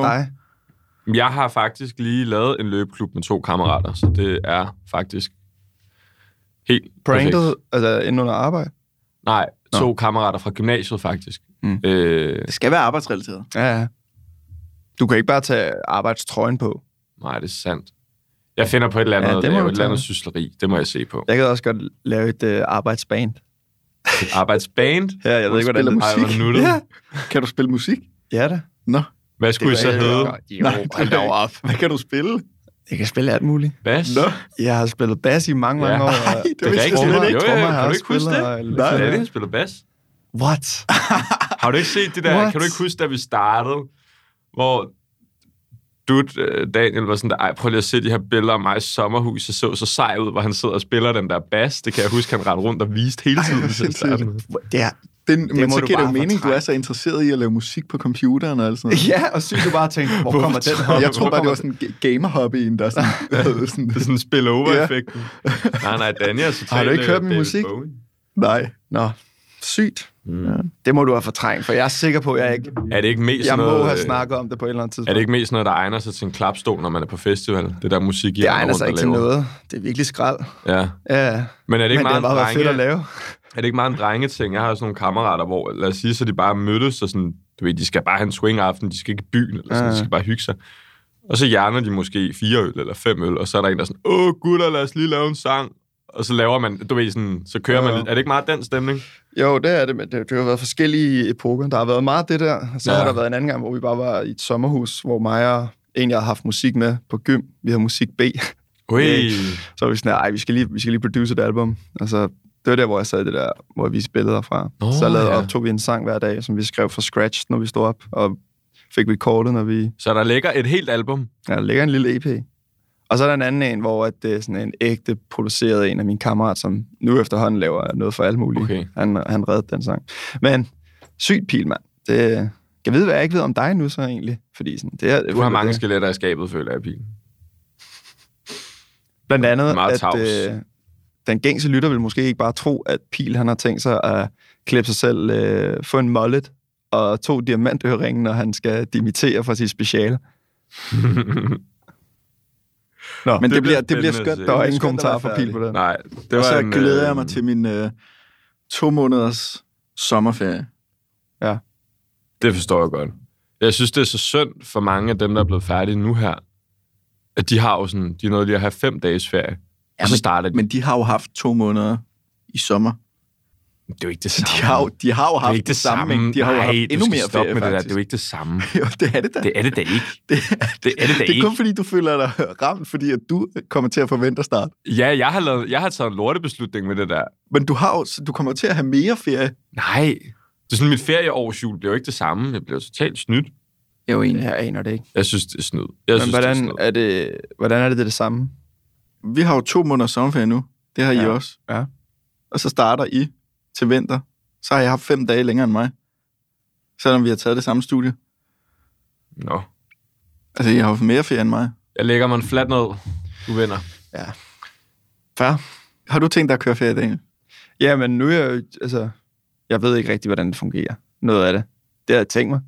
[SPEAKER 2] Skål.
[SPEAKER 3] dig.
[SPEAKER 1] Jeg har faktisk lige lavet en løbeklub med to kammerater, så det er faktisk helt
[SPEAKER 3] Pranket,
[SPEAKER 1] perfekt.
[SPEAKER 3] altså inden under arbejde.
[SPEAKER 1] Nej, to kammerater fra gymnasiet faktisk.
[SPEAKER 3] Mm.
[SPEAKER 1] Mm. Øh,
[SPEAKER 2] Det skal være arbejdsrelateret.
[SPEAKER 3] Ja, ja. Du kan ikke bare tage arbejdstrøjen på.
[SPEAKER 1] nej, det er sandt. Jeg finder på et eller andet,
[SPEAKER 3] Ja, det
[SPEAKER 1] ja,
[SPEAKER 3] må
[SPEAKER 1] det
[SPEAKER 3] du
[SPEAKER 1] et eller
[SPEAKER 3] tage.
[SPEAKER 1] andet sysleri. Det må jeg se på.
[SPEAKER 3] Jeg kan også godt lave et øh, arbejdsband.
[SPEAKER 1] Et arbejdsband.
[SPEAKER 3] Ja, jeg
[SPEAKER 2] Hvor
[SPEAKER 3] ved ikke, hvordan det
[SPEAKER 2] spiller
[SPEAKER 1] Ej,
[SPEAKER 2] musik?
[SPEAKER 1] hvor nuttet.
[SPEAKER 3] Ja.
[SPEAKER 2] Kan du spille musik?
[SPEAKER 3] Ja, da.
[SPEAKER 2] Nå,
[SPEAKER 1] Hvad skulle I så hedde?
[SPEAKER 3] Jo, Nej,
[SPEAKER 2] hold dog
[SPEAKER 3] op.
[SPEAKER 2] hvad kan du spille?
[SPEAKER 3] Jeg kan spille alt muligt.
[SPEAKER 1] Bas?
[SPEAKER 2] Nå,
[SPEAKER 3] Jeg har spillet bas i mange, mange
[SPEAKER 1] Ja.
[SPEAKER 3] år. og
[SPEAKER 2] Ej, det vidste jeg
[SPEAKER 1] rigtigt.
[SPEAKER 2] slet ikke.
[SPEAKER 1] Jo, jo,
[SPEAKER 3] Trommer har
[SPEAKER 1] kan du
[SPEAKER 3] jeg
[SPEAKER 1] ikke huske
[SPEAKER 3] spiller,
[SPEAKER 1] det?
[SPEAKER 3] eller-
[SPEAKER 1] Nej,
[SPEAKER 2] Nej.
[SPEAKER 1] det er det, spiller bas.
[SPEAKER 3] What?
[SPEAKER 1] Har du ikke set det der?
[SPEAKER 3] What?
[SPEAKER 1] What? Kan du ikke huske, da vi startede, hvor du, Daniel, var sådan der, ej, prøv lige at se de her billeder af mig i sommerhus, jeg så så sej ud, hvor han sidder og spiller den der bas. Det kan jeg huske, han rendte rundt og viste hele tiden.
[SPEAKER 2] hvor
[SPEAKER 1] til at
[SPEAKER 2] sindssygt.
[SPEAKER 1] starte med.
[SPEAKER 3] Det er,
[SPEAKER 2] Den, men
[SPEAKER 3] må
[SPEAKER 2] så
[SPEAKER 3] du
[SPEAKER 2] giver det jo
[SPEAKER 3] bare
[SPEAKER 2] mening, du
[SPEAKER 3] fortrænge.
[SPEAKER 2] er så interesseret i at lave musik på computeren og alt sådan noget.
[SPEAKER 3] ja, og sygt, du bare tænkte, hvor
[SPEAKER 1] Hvorfor
[SPEAKER 3] kommer den
[SPEAKER 1] tror
[SPEAKER 3] her?
[SPEAKER 2] Jeg tror bare, det var
[SPEAKER 3] Hvor
[SPEAKER 2] sådan en gamer-hobbyen, der sådan, havde sådan...
[SPEAKER 1] Det er sådan en spillover-effekten. nej, nej, Daniel er totalt,
[SPEAKER 3] Har du ikke
[SPEAKER 1] øh,
[SPEAKER 3] hørt min
[SPEAKER 1] David
[SPEAKER 3] musik?
[SPEAKER 1] Bowie.
[SPEAKER 2] Nej.
[SPEAKER 3] kommer- Nå, sygt.
[SPEAKER 1] Mm.
[SPEAKER 2] Ja.
[SPEAKER 3] Det må du have fortrængt, for jeg er sikker på, at jeg ikke...
[SPEAKER 1] Er det ikke mest
[SPEAKER 3] Jeg
[SPEAKER 1] sådan
[SPEAKER 3] må
[SPEAKER 1] noget,
[SPEAKER 3] have
[SPEAKER 1] øh,
[SPEAKER 3] snakket om det på et eller andet tidspunkt.
[SPEAKER 1] Er det ikke mest noget, der egner sig til en klapstol, når man er på festival? Det der musik, I
[SPEAKER 3] det
[SPEAKER 1] render
[SPEAKER 3] egner
[SPEAKER 1] rundt
[SPEAKER 3] sig
[SPEAKER 1] og
[SPEAKER 3] ikke til
[SPEAKER 1] laver.
[SPEAKER 3] noget. Det er virkelig skrald.
[SPEAKER 1] Ja.
[SPEAKER 3] Ja, ja.
[SPEAKER 1] Men er det
[SPEAKER 3] men
[SPEAKER 1] ikke
[SPEAKER 3] det har
[SPEAKER 1] meget
[SPEAKER 3] bare været fedt
[SPEAKER 1] drenge,
[SPEAKER 3] at lave.
[SPEAKER 1] Er det ikke meget en drengeting? Jeg har også nogle kammerater, hvor, lad os sige, så de bare mødtes, og sådan, du ved, de skal bare have en swing-aften, de skal ikke i byen, eller sådan,
[SPEAKER 3] Ja,
[SPEAKER 1] ja.
[SPEAKER 3] ja.
[SPEAKER 1] de skal bare hygge sig. Og så hjerner de måske fire øl eller fem øl, og så er der en, der er sådan, åh gutter, lad os lige lave en sang. Og så laver man, du ved, sådan, så kører
[SPEAKER 3] Ja.
[SPEAKER 1] man lidt. Er det ikke meget den stemning?
[SPEAKER 3] Jo, det er det, men det, det har været forskellige epoker. Der har været meget det der. Så ja.
[SPEAKER 1] Ja.
[SPEAKER 3] har der været en anden gang, hvor vi bare var i et sommerhus, hvor mig og en, jeg har haft musik med på gym. Vi havde musik B.
[SPEAKER 1] Ui.
[SPEAKER 3] Så var vi sådan, nej, vi skal lige, vi skal lige produce et album. Og så, det var der, hvor jeg sad i det der, hvor vi viste billeder fra.
[SPEAKER 1] Nå,
[SPEAKER 3] Oh, så lavede,
[SPEAKER 1] ja.
[SPEAKER 3] ja. optog vi en sang hver dag, som vi skrev fra scratch, når vi stod op, og fik recordet, når vi...
[SPEAKER 1] Så der ligger et helt album.
[SPEAKER 3] Ja, der ligger en lille EP. Og så er der en anden en, hvor at det er sådan en ægte produceret en af mine kammerater, som nu efterhånden laver noget for alt muligt.
[SPEAKER 1] Okay.
[SPEAKER 3] Han, han reddede den sang. Men sygt pil, mand. Det, jeg ved, hvad jeg ikke ved om dig nu så egentlig. Fordi sådan, det er,
[SPEAKER 1] Du har mange
[SPEAKER 3] Det.
[SPEAKER 1] skeletter i skabet, føler jeg, Pil.
[SPEAKER 3] Blandt andet,
[SPEAKER 1] Meget
[SPEAKER 3] at
[SPEAKER 1] tavs.
[SPEAKER 3] øh, den gængse lytter vil måske ikke bare tro, at Pil han har tænkt sig at klippe sig selv, øh, få en mullet og to diamantøringe, når han skal dimittere fra sit speciale. Nå,
[SPEAKER 2] Men
[SPEAKER 3] men
[SPEAKER 1] Det
[SPEAKER 2] det, det
[SPEAKER 1] bliver
[SPEAKER 2] bliver, det bliver
[SPEAKER 1] spændende at
[SPEAKER 2] skønt.
[SPEAKER 1] se.
[SPEAKER 2] det
[SPEAKER 3] der var
[SPEAKER 2] bliver
[SPEAKER 3] ingen
[SPEAKER 2] skønt at
[SPEAKER 3] kommentar
[SPEAKER 2] være
[SPEAKER 3] fra
[SPEAKER 2] færdig.
[SPEAKER 3] Pil på den.
[SPEAKER 1] Nej, det var
[SPEAKER 2] Og så
[SPEAKER 1] en,
[SPEAKER 2] glæder jeg
[SPEAKER 1] øh,
[SPEAKER 2] mig til min øh, to måneders sommerferie.
[SPEAKER 1] Det forstår jeg godt. Jeg synes, det er så synd for mange af dem, der er blevet færdige nu her, at de har jo sådan, de er nået lige at have fem dages ferie, ja, og så starter de.
[SPEAKER 2] Men de har jo haft to måneder i sommer.
[SPEAKER 1] det er jo ikke det
[SPEAKER 2] De har jo, de har jo
[SPEAKER 1] det er
[SPEAKER 2] haft
[SPEAKER 1] ikke det samme.
[SPEAKER 2] ikke? De har jo
[SPEAKER 1] Nej,
[SPEAKER 2] haft
[SPEAKER 1] du
[SPEAKER 2] endnu
[SPEAKER 1] skal
[SPEAKER 2] mere
[SPEAKER 1] stoppe
[SPEAKER 2] ferie,
[SPEAKER 1] med det der. Det er
[SPEAKER 2] faktisk.
[SPEAKER 1] jo ikke det samme.
[SPEAKER 2] jo, det er det da.
[SPEAKER 1] Det er det da ikke.
[SPEAKER 2] Det,
[SPEAKER 1] Det er det da
[SPEAKER 2] det er
[SPEAKER 1] ikke.
[SPEAKER 2] kun fordi, du føler dig ramt, fordi at du kommer til at forvente at starte.
[SPEAKER 1] Ja, jeg har, lavet, jeg har taget en lortebeslutning med det der.
[SPEAKER 2] Men du, har jo, så du kommer til at have mere ferie.
[SPEAKER 1] Nej. Det er sådan, mit ferieårsjul bliver jo ikke det samme. Jeg bliver totalt snydt.
[SPEAKER 2] Jo, egentlig.
[SPEAKER 3] Jeg aner det ikke.
[SPEAKER 1] Jeg synes, det er snyd. Jeg
[SPEAKER 3] Men
[SPEAKER 1] synes, det er
[SPEAKER 3] hvordan
[SPEAKER 1] snyd.
[SPEAKER 3] er det, hvordan er det det, er det samme?
[SPEAKER 2] Vi har jo to måneder sommerferie nu. Det har I
[SPEAKER 3] Ja.
[SPEAKER 2] også.
[SPEAKER 3] Ja.
[SPEAKER 2] Og så starter I til vinter. Så har jeg haft fem dage længere end mig. Selvom vi har taget det samme studie.
[SPEAKER 1] Nå.
[SPEAKER 2] Altså, I har haft mere ferie end mig.
[SPEAKER 1] Jeg lægger mig en flat ned. Du vinder.
[SPEAKER 3] Færre?
[SPEAKER 2] Har du tænkt dig at køre ferie, Daniel?
[SPEAKER 3] Ja, men nu er jeg jo- altså, jeg ved ikke rigtig, hvordan det fungerer. Noget af det. Det har jeg tænkt mig.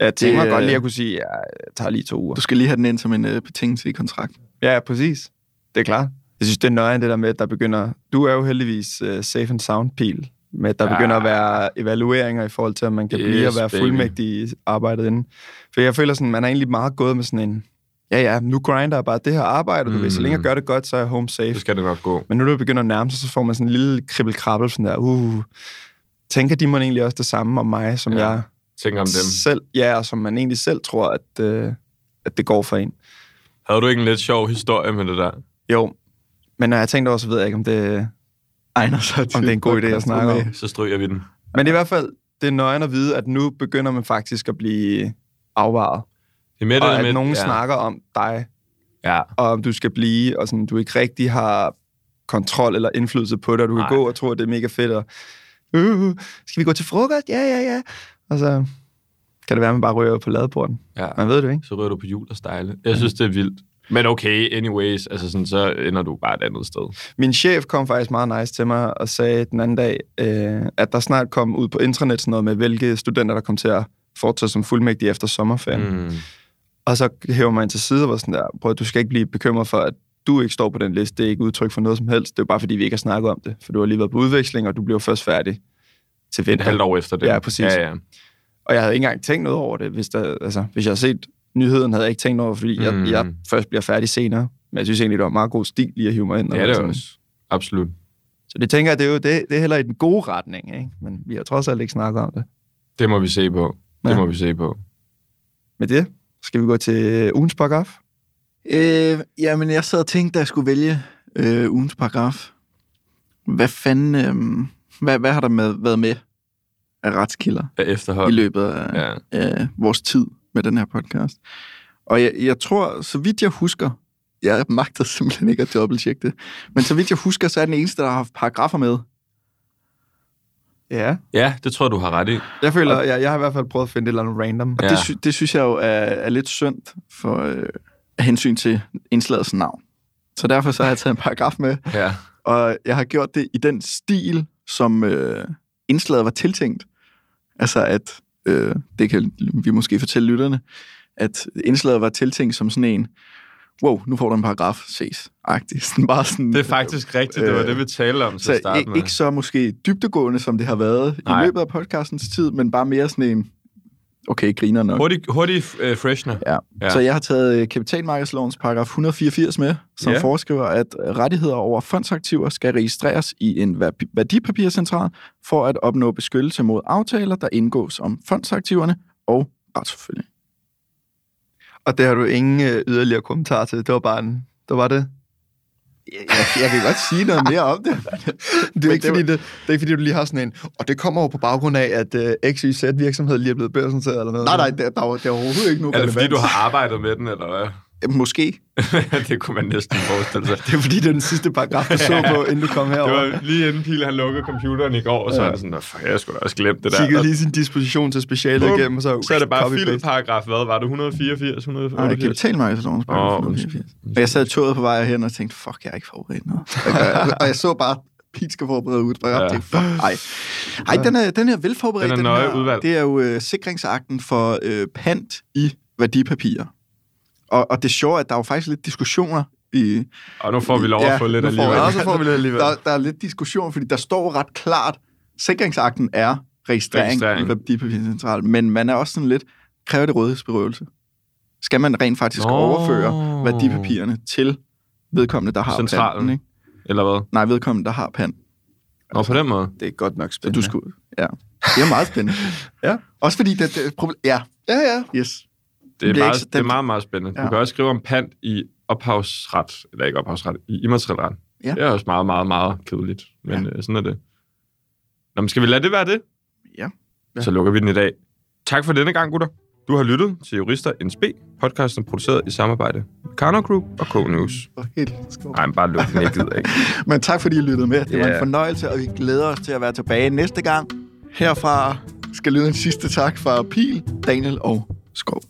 [SPEAKER 3] Jeg tænker
[SPEAKER 2] Det,
[SPEAKER 3] mig godt
[SPEAKER 2] øh,
[SPEAKER 3] lige at kunne sige, at jeg tager lige to uger.
[SPEAKER 2] Du skal lige have den ind som en øh, betingelse i kontrakten.
[SPEAKER 3] Ja, ja, præcis. Det er klart. Jeg synes, det er nøjeren, det der med, at der begynder... Du er jo heldigvis uh, safe and sound pil, med at der
[SPEAKER 1] Ja.
[SPEAKER 3] ja. begynder at være evalueringer i forhold til, om man kan
[SPEAKER 1] Yes,
[SPEAKER 3] blive og være
[SPEAKER 1] baby.
[SPEAKER 3] fuldmægtig i arbejdet inden. For jeg føler sådan, man er egentlig meget gået med sådan en... Ja, ja, nu grinder jeg bare det her arbejde, mm. du ved. Så længe jeg
[SPEAKER 1] Mm.
[SPEAKER 3] gør det godt, så er jeg home safe.
[SPEAKER 1] Så skal det nok gå.
[SPEAKER 3] Men nu, når det begynder at nærme sig, så får man sådan en lille kribbelkrabbel, sådan der, uh, tænker de må egentlig også det samme om mig, som
[SPEAKER 1] Ja,
[SPEAKER 3] ja, jeg
[SPEAKER 1] Tænk om dem.
[SPEAKER 3] selv, ja, og som man egentlig selv tror, at, øh, at det går for en.
[SPEAKER 1] Havde du ikke en lidt sjov historie med det der?
[SPEAKER 3] Jo, men når jeg tænkte over, så ved jeg ikke, om det,
[SPEAKER 2] Egner sig til
[SPEAKER 3] om det er en god idé at
[SPEAKER 2] podcast-
[SPEAKER 3] snakke om.
[SPEAKER 1] Så stryger vi den.
[SPEAKER 3] Men det er i hvert fald, det er nøgen at vide, at nu begynder man faktisk at blive afvaret.
[SPEAKER 1] Det er med, det
[SPEAKER 3] Og
[SPEAKER 1] er med.
[SPEAKER 3] at nogen
[SPEAKER 1] ja.
[SPEAKER 3] snakker om dig,
[SPEAKER 1] Ja.
[SPEAKER 3] og om du skal blive, og sådan, du ikke rigtig har kontrol eller indflydelse på det, og du kan
[SPEAKER 1] Nej.
[SPEAKER 3] gå og tro, at det er mega fedt, og uh, skal vi gå til frokost? Ja, ja, ja. Og så kan det være, at man bare ryger på ladeporten.
[SPEAKER 1] ja.
[SPEAKER 3] Man ved det jo ikke.
[SPEAKER 1] Så rører du på hjul og stejle. Jeg synes, det er vildt. Men okay, anyways, altså sådan, så ender du bare et andet sted.
[SPEAKER 3] Min chef kom faktisk meget nice til mig og sagde den anden dag, øh, at der snart kom ud på internet sådan noget med, hvilke studenter, der kom til at fortsætte som fuldmægtige efter sommerferien. Mm.
[SPEAKER 1] Mm.
[SPEAKER 3] Og så hæver man til side og var sådan der, prøv at du skal ikke blive bekymret for, at du ikke står på den liste. Det er ikke udtryk for noget som helst. Det er jo bare, fordi vi ikke har snakket om det. For du har lige været på udveksling, og du bliver først færdig til
[SPEAKER 1] Et
[SPEAKER 3] vinter.
[SPEAKER 1] halvt år efter det.
[SPEAKER 3] Ja, præcis.
[SPEAKER 1] Ja, ja.
[SPEAKER 3] Og jeg havde ikke engang tænkt noget over det. Hvis, der, altså, hvis jeg havde set nyheden, havde jeg ikke tænkt noget over, fordi mm.
[SPEAKER 1] Mm.
[SPEAKER 3] jeg, jeg først bliver færdig senere. Men jeg synes egentlig, det var meget god stil lige at hive mig ind. og
[SPEAKER 1] Det er
[SPEAKER 3] være
[SPEAKER 1] det
[SPEAKER 3] sådan-
[SPEAKER 1] også. Absolut.
[SPEAKER 3] Så det tænker jeg, det er jo det, det er heller i den gode retning. Ikke? Men vi har trods alt ikke snakket om det.
[SPEAKER 1] Det må vi se på. Det
[SPEAKER 3] Ja.
[SPEAKER 1] må vi se på.
[SPEAKER 3] Med det skal vi gå til ugens paragraf.
[SPEAKER 2] Øh, jamen, jeg sad og tænkte, at jeg skulle vælge øh, ugens paragraf. Hvad fanden... Øh, hvad, hvad har der med, været med af retskilder
[SPEAKER 1] Ja,
[SPEAKER 2] i
[SPEAKER 1] Efterhånden.
[SPEAKER 2] løbet af,
[SPEAKER 1] Ja.
[SPEAKER 2] af øh, vores tid med den her podcast? Og jeg, jeg tror, så vidt jeg husker... Jeg magter simpelthen ikke at dobbelttjekke det. Men så vidt jeg husker, så er den eneste, der har haft paragrafer med.
[SPEAKER 3] Ja.
[SPEAKER 1] ja, det tror jeg, du har ret i.
[SPEAKER 3] Jeg føler, jeg, jeg har i hvert fald prøvet at finde et eller andet random.
[SPEAKER 2] Og
[SPEAKER 1] Ja.
[SPEAKER 2] ja. det, sy- det synes jeg jo er, er lidt synd for øh, af hensyn til indslagets navn. Så derfor så har jeg taget en paragraf med,
[SPEAKER 1] Ja.
[SPEAKER 2] og jeg har gjort det i den stil, som øh, indslaget var tiltænkt. Altså at, øh, det kan vi måske fortælle lytterne, at indslaget var tiltænkt som sådan en, wow, nu får du en paragraf, ses, agtig. Sådan bare sådan,
[SPEAKER 1] Det er faktisk rigtigt. Det var
[SPEAKER 2] Øh,
[SPEAKER 1] det, vi talte om til at
[SPEAKER 2] så
[SPEAKER 1] starte
[SPEAKER 2] ikke,
[SPEAKER 1] med.
[SPEAKER 2] ikke så måske dybtegående, som det har været
[SPEAKER 1] Nej.
[SPEAKER 2] i løbet af podcastens tid, men bare mere sådan en, okay, griner nok.
[SPEAKER 1] Hurtig, hurtig uh, freshener.
[SPEAKER 2] Ja.
[SPEAKER 1] Ja.
[SPEAKER 2] ja. Så jeg har taget øh, kapitalmarkedslovens paragraf 184 med, som
[SPEAKER 1] Ja.
[SPEAKER 2] ja. foreskriver, at rettigheder over fondsaktiver skal registreres i en vær- værdipapircentral for at opnå beskyttelse mod aftaler, der indgås om fondsaktiverne og retsforfølgning.
[SPEAKER 3] Og Og det har du ingen øh, yderligere kommentar til. Det var bare en, det var det.
[SPEAKER 2] Jeg, jeg, jeg kan godt sige noget mere om det.
[SPEAKER 3] Det er,
[SPEAKER 2] Men
[SPEAKER 3] ikke,
[SPEAKER 2] det
[SPEAKER 3] fordi det, det er ikke fordi, du lige har sådan en... Og det kommer jo på baggrund af, at øh, XYZ-virksomhed lige er blevet børsnoteret eller noget.
[SPEAKER 2] Nej, nej, der, der, var- der er overhovedet ikke nogen
[SPEAKER 1] Er det fordi, du
[SPEAKER 2] relevans.
[SPEAKER 1] har arbejdet med den, eller hvad?
[SPEAKER 2] Måske.
[SPEAKER 1] det kunne man næsten forestille sig.
[SPEAKER 3] Det er fordi, det er den sidste paragraf, du så på, inden du kom
[SPEAKER 1] Det
[SPEAKER 3] herover.
[SPEAKER 1] var lige inden Pile, han lukkede computeren i går, og så er det sådan, "Nå, fuck, jeg skulle da også glemme det der.
[SPEAKER 3] Kiggede lige sin disposition til specialet
[SPEAKER 1] Bum.
[SPEAKER 3] igennem, og så...
[SPEAKER 1] Så er det bare
[SPEAKER 3] copy-paste.
[SPEAKER 1] filmparagraf, hvad var det, 184,
[SPEAKER 2] Nej, det er
[SPEAKER 1] 188?
[SPEAKER 2] kapitalmarkedslovens
[SPEAKER 1] Åh,
[SPEAKER 2] paragraf
[SPEAKER 1] undskyld.
[SPEAKER 2] 184. Og jeg sad i toget på vej hen og tænkte, fuck, jeg er ikke forberedt noget. Og jeg- og jeg så bare pinskeforberedet ud, og jeg
[SPEAKER 1] Ja.
[SPEAKER 2] tænkte, fuck, ej. Ej, den er, den er velforberedt.
[SPEAKER 1] Den er nøje udvalgt.
[SPEAKER 2] Det er jo øh, sikringsakten for øh, pant i værdipapirer. Og, og det er sjovt, at der er jo faktisk lidt diskussioner i...
[SPEAKER 1] Og nu får vi lov at
[SPEAKER 2] Ja,
[SPEAKER 1] få lidt
[SPEAKER 2] nu får
[SPEAKER 1] alligevel.
[SPEAKER 3] Ja, så får vi det alligevel.
[SPEAKER 2] Der, der er lidt diskussion, fordi der står ret klart, sikringsakten er registrering,
[SPEAKER 1] Registrering.
[SPEAKER 2] registrering. i værdipapircentral, men man er også sådan lidt, kræver det rådighedsberøvelse? Skal man rent faktisk
[SPEAKER 1] Nå.
[SPEAKER 2] Nå. overføre værdipapirerne til vedkommende, der har
[SPEAKER 1] Centralen.
[SPEAKER 2] panten, ikke?
[SPEAKER 1] Eller hvad?
[SPEAKER 2] Nej, vedkommende, der har pand.
[SPEAKER 1] Nå, på den måde.
[SPEAKER 3] Det er godt nok
[SPEAKER 2] Så
[SPEAKER 3] spændende.
[SPEAKER 2] du skulle... Ja. Det er meget spændende.
[SPEAKER 3] Ja.
[SPEAKER 2] Også fordi det, det proble- Ja,
[SPEAKER 3] Ja, ja.
[SPEAKER 2] yes.
[SPEAKER 1] Det er,
[SPEAKER 2] Det er
[SPEAKER 1] meget,
[SPEAKER 2] ikke-
[SPEAKER 1] det er
[SPEAKER 2] den-
[SPEAKER 1] meget, meget spændende. Du
[SPEAKER 2] Ja.
[SPEAKER 1] kan også skrive om pant i ophavsret, eller ikke ophavsret, i immateriel ret.
[SPEAKER 2] Ja.
[SPEAKER 1] Det er også meget, meget, meget kedeligt, men ja. sådan er det. Nå, men skal vi lade det være det?
[SPEAKER 2] Ja.
[SPEAKER 3] Ja.
[SPEAKER 1] Så lukker vi den i dag. Tak for denne gang, gutter. Du har lyttet til Jurister NSB, podcasten produceret i samarbejde med Karner Group og K-News.
[SPEAKER 2] Og helt skål.
[SPEAKER 1] Nej, men bare luk den, jeg gider ikke.
[SPEAKER 2] Men tak fordi I lyttede med. Det var
[SPEAKER 1] Ja.
[SPEAKER 2] en fornøjelse, og vi glæder os til at være tilbage næste gang. Herfra skal lyde en sidste tak fra Pil, Daniel og Skov.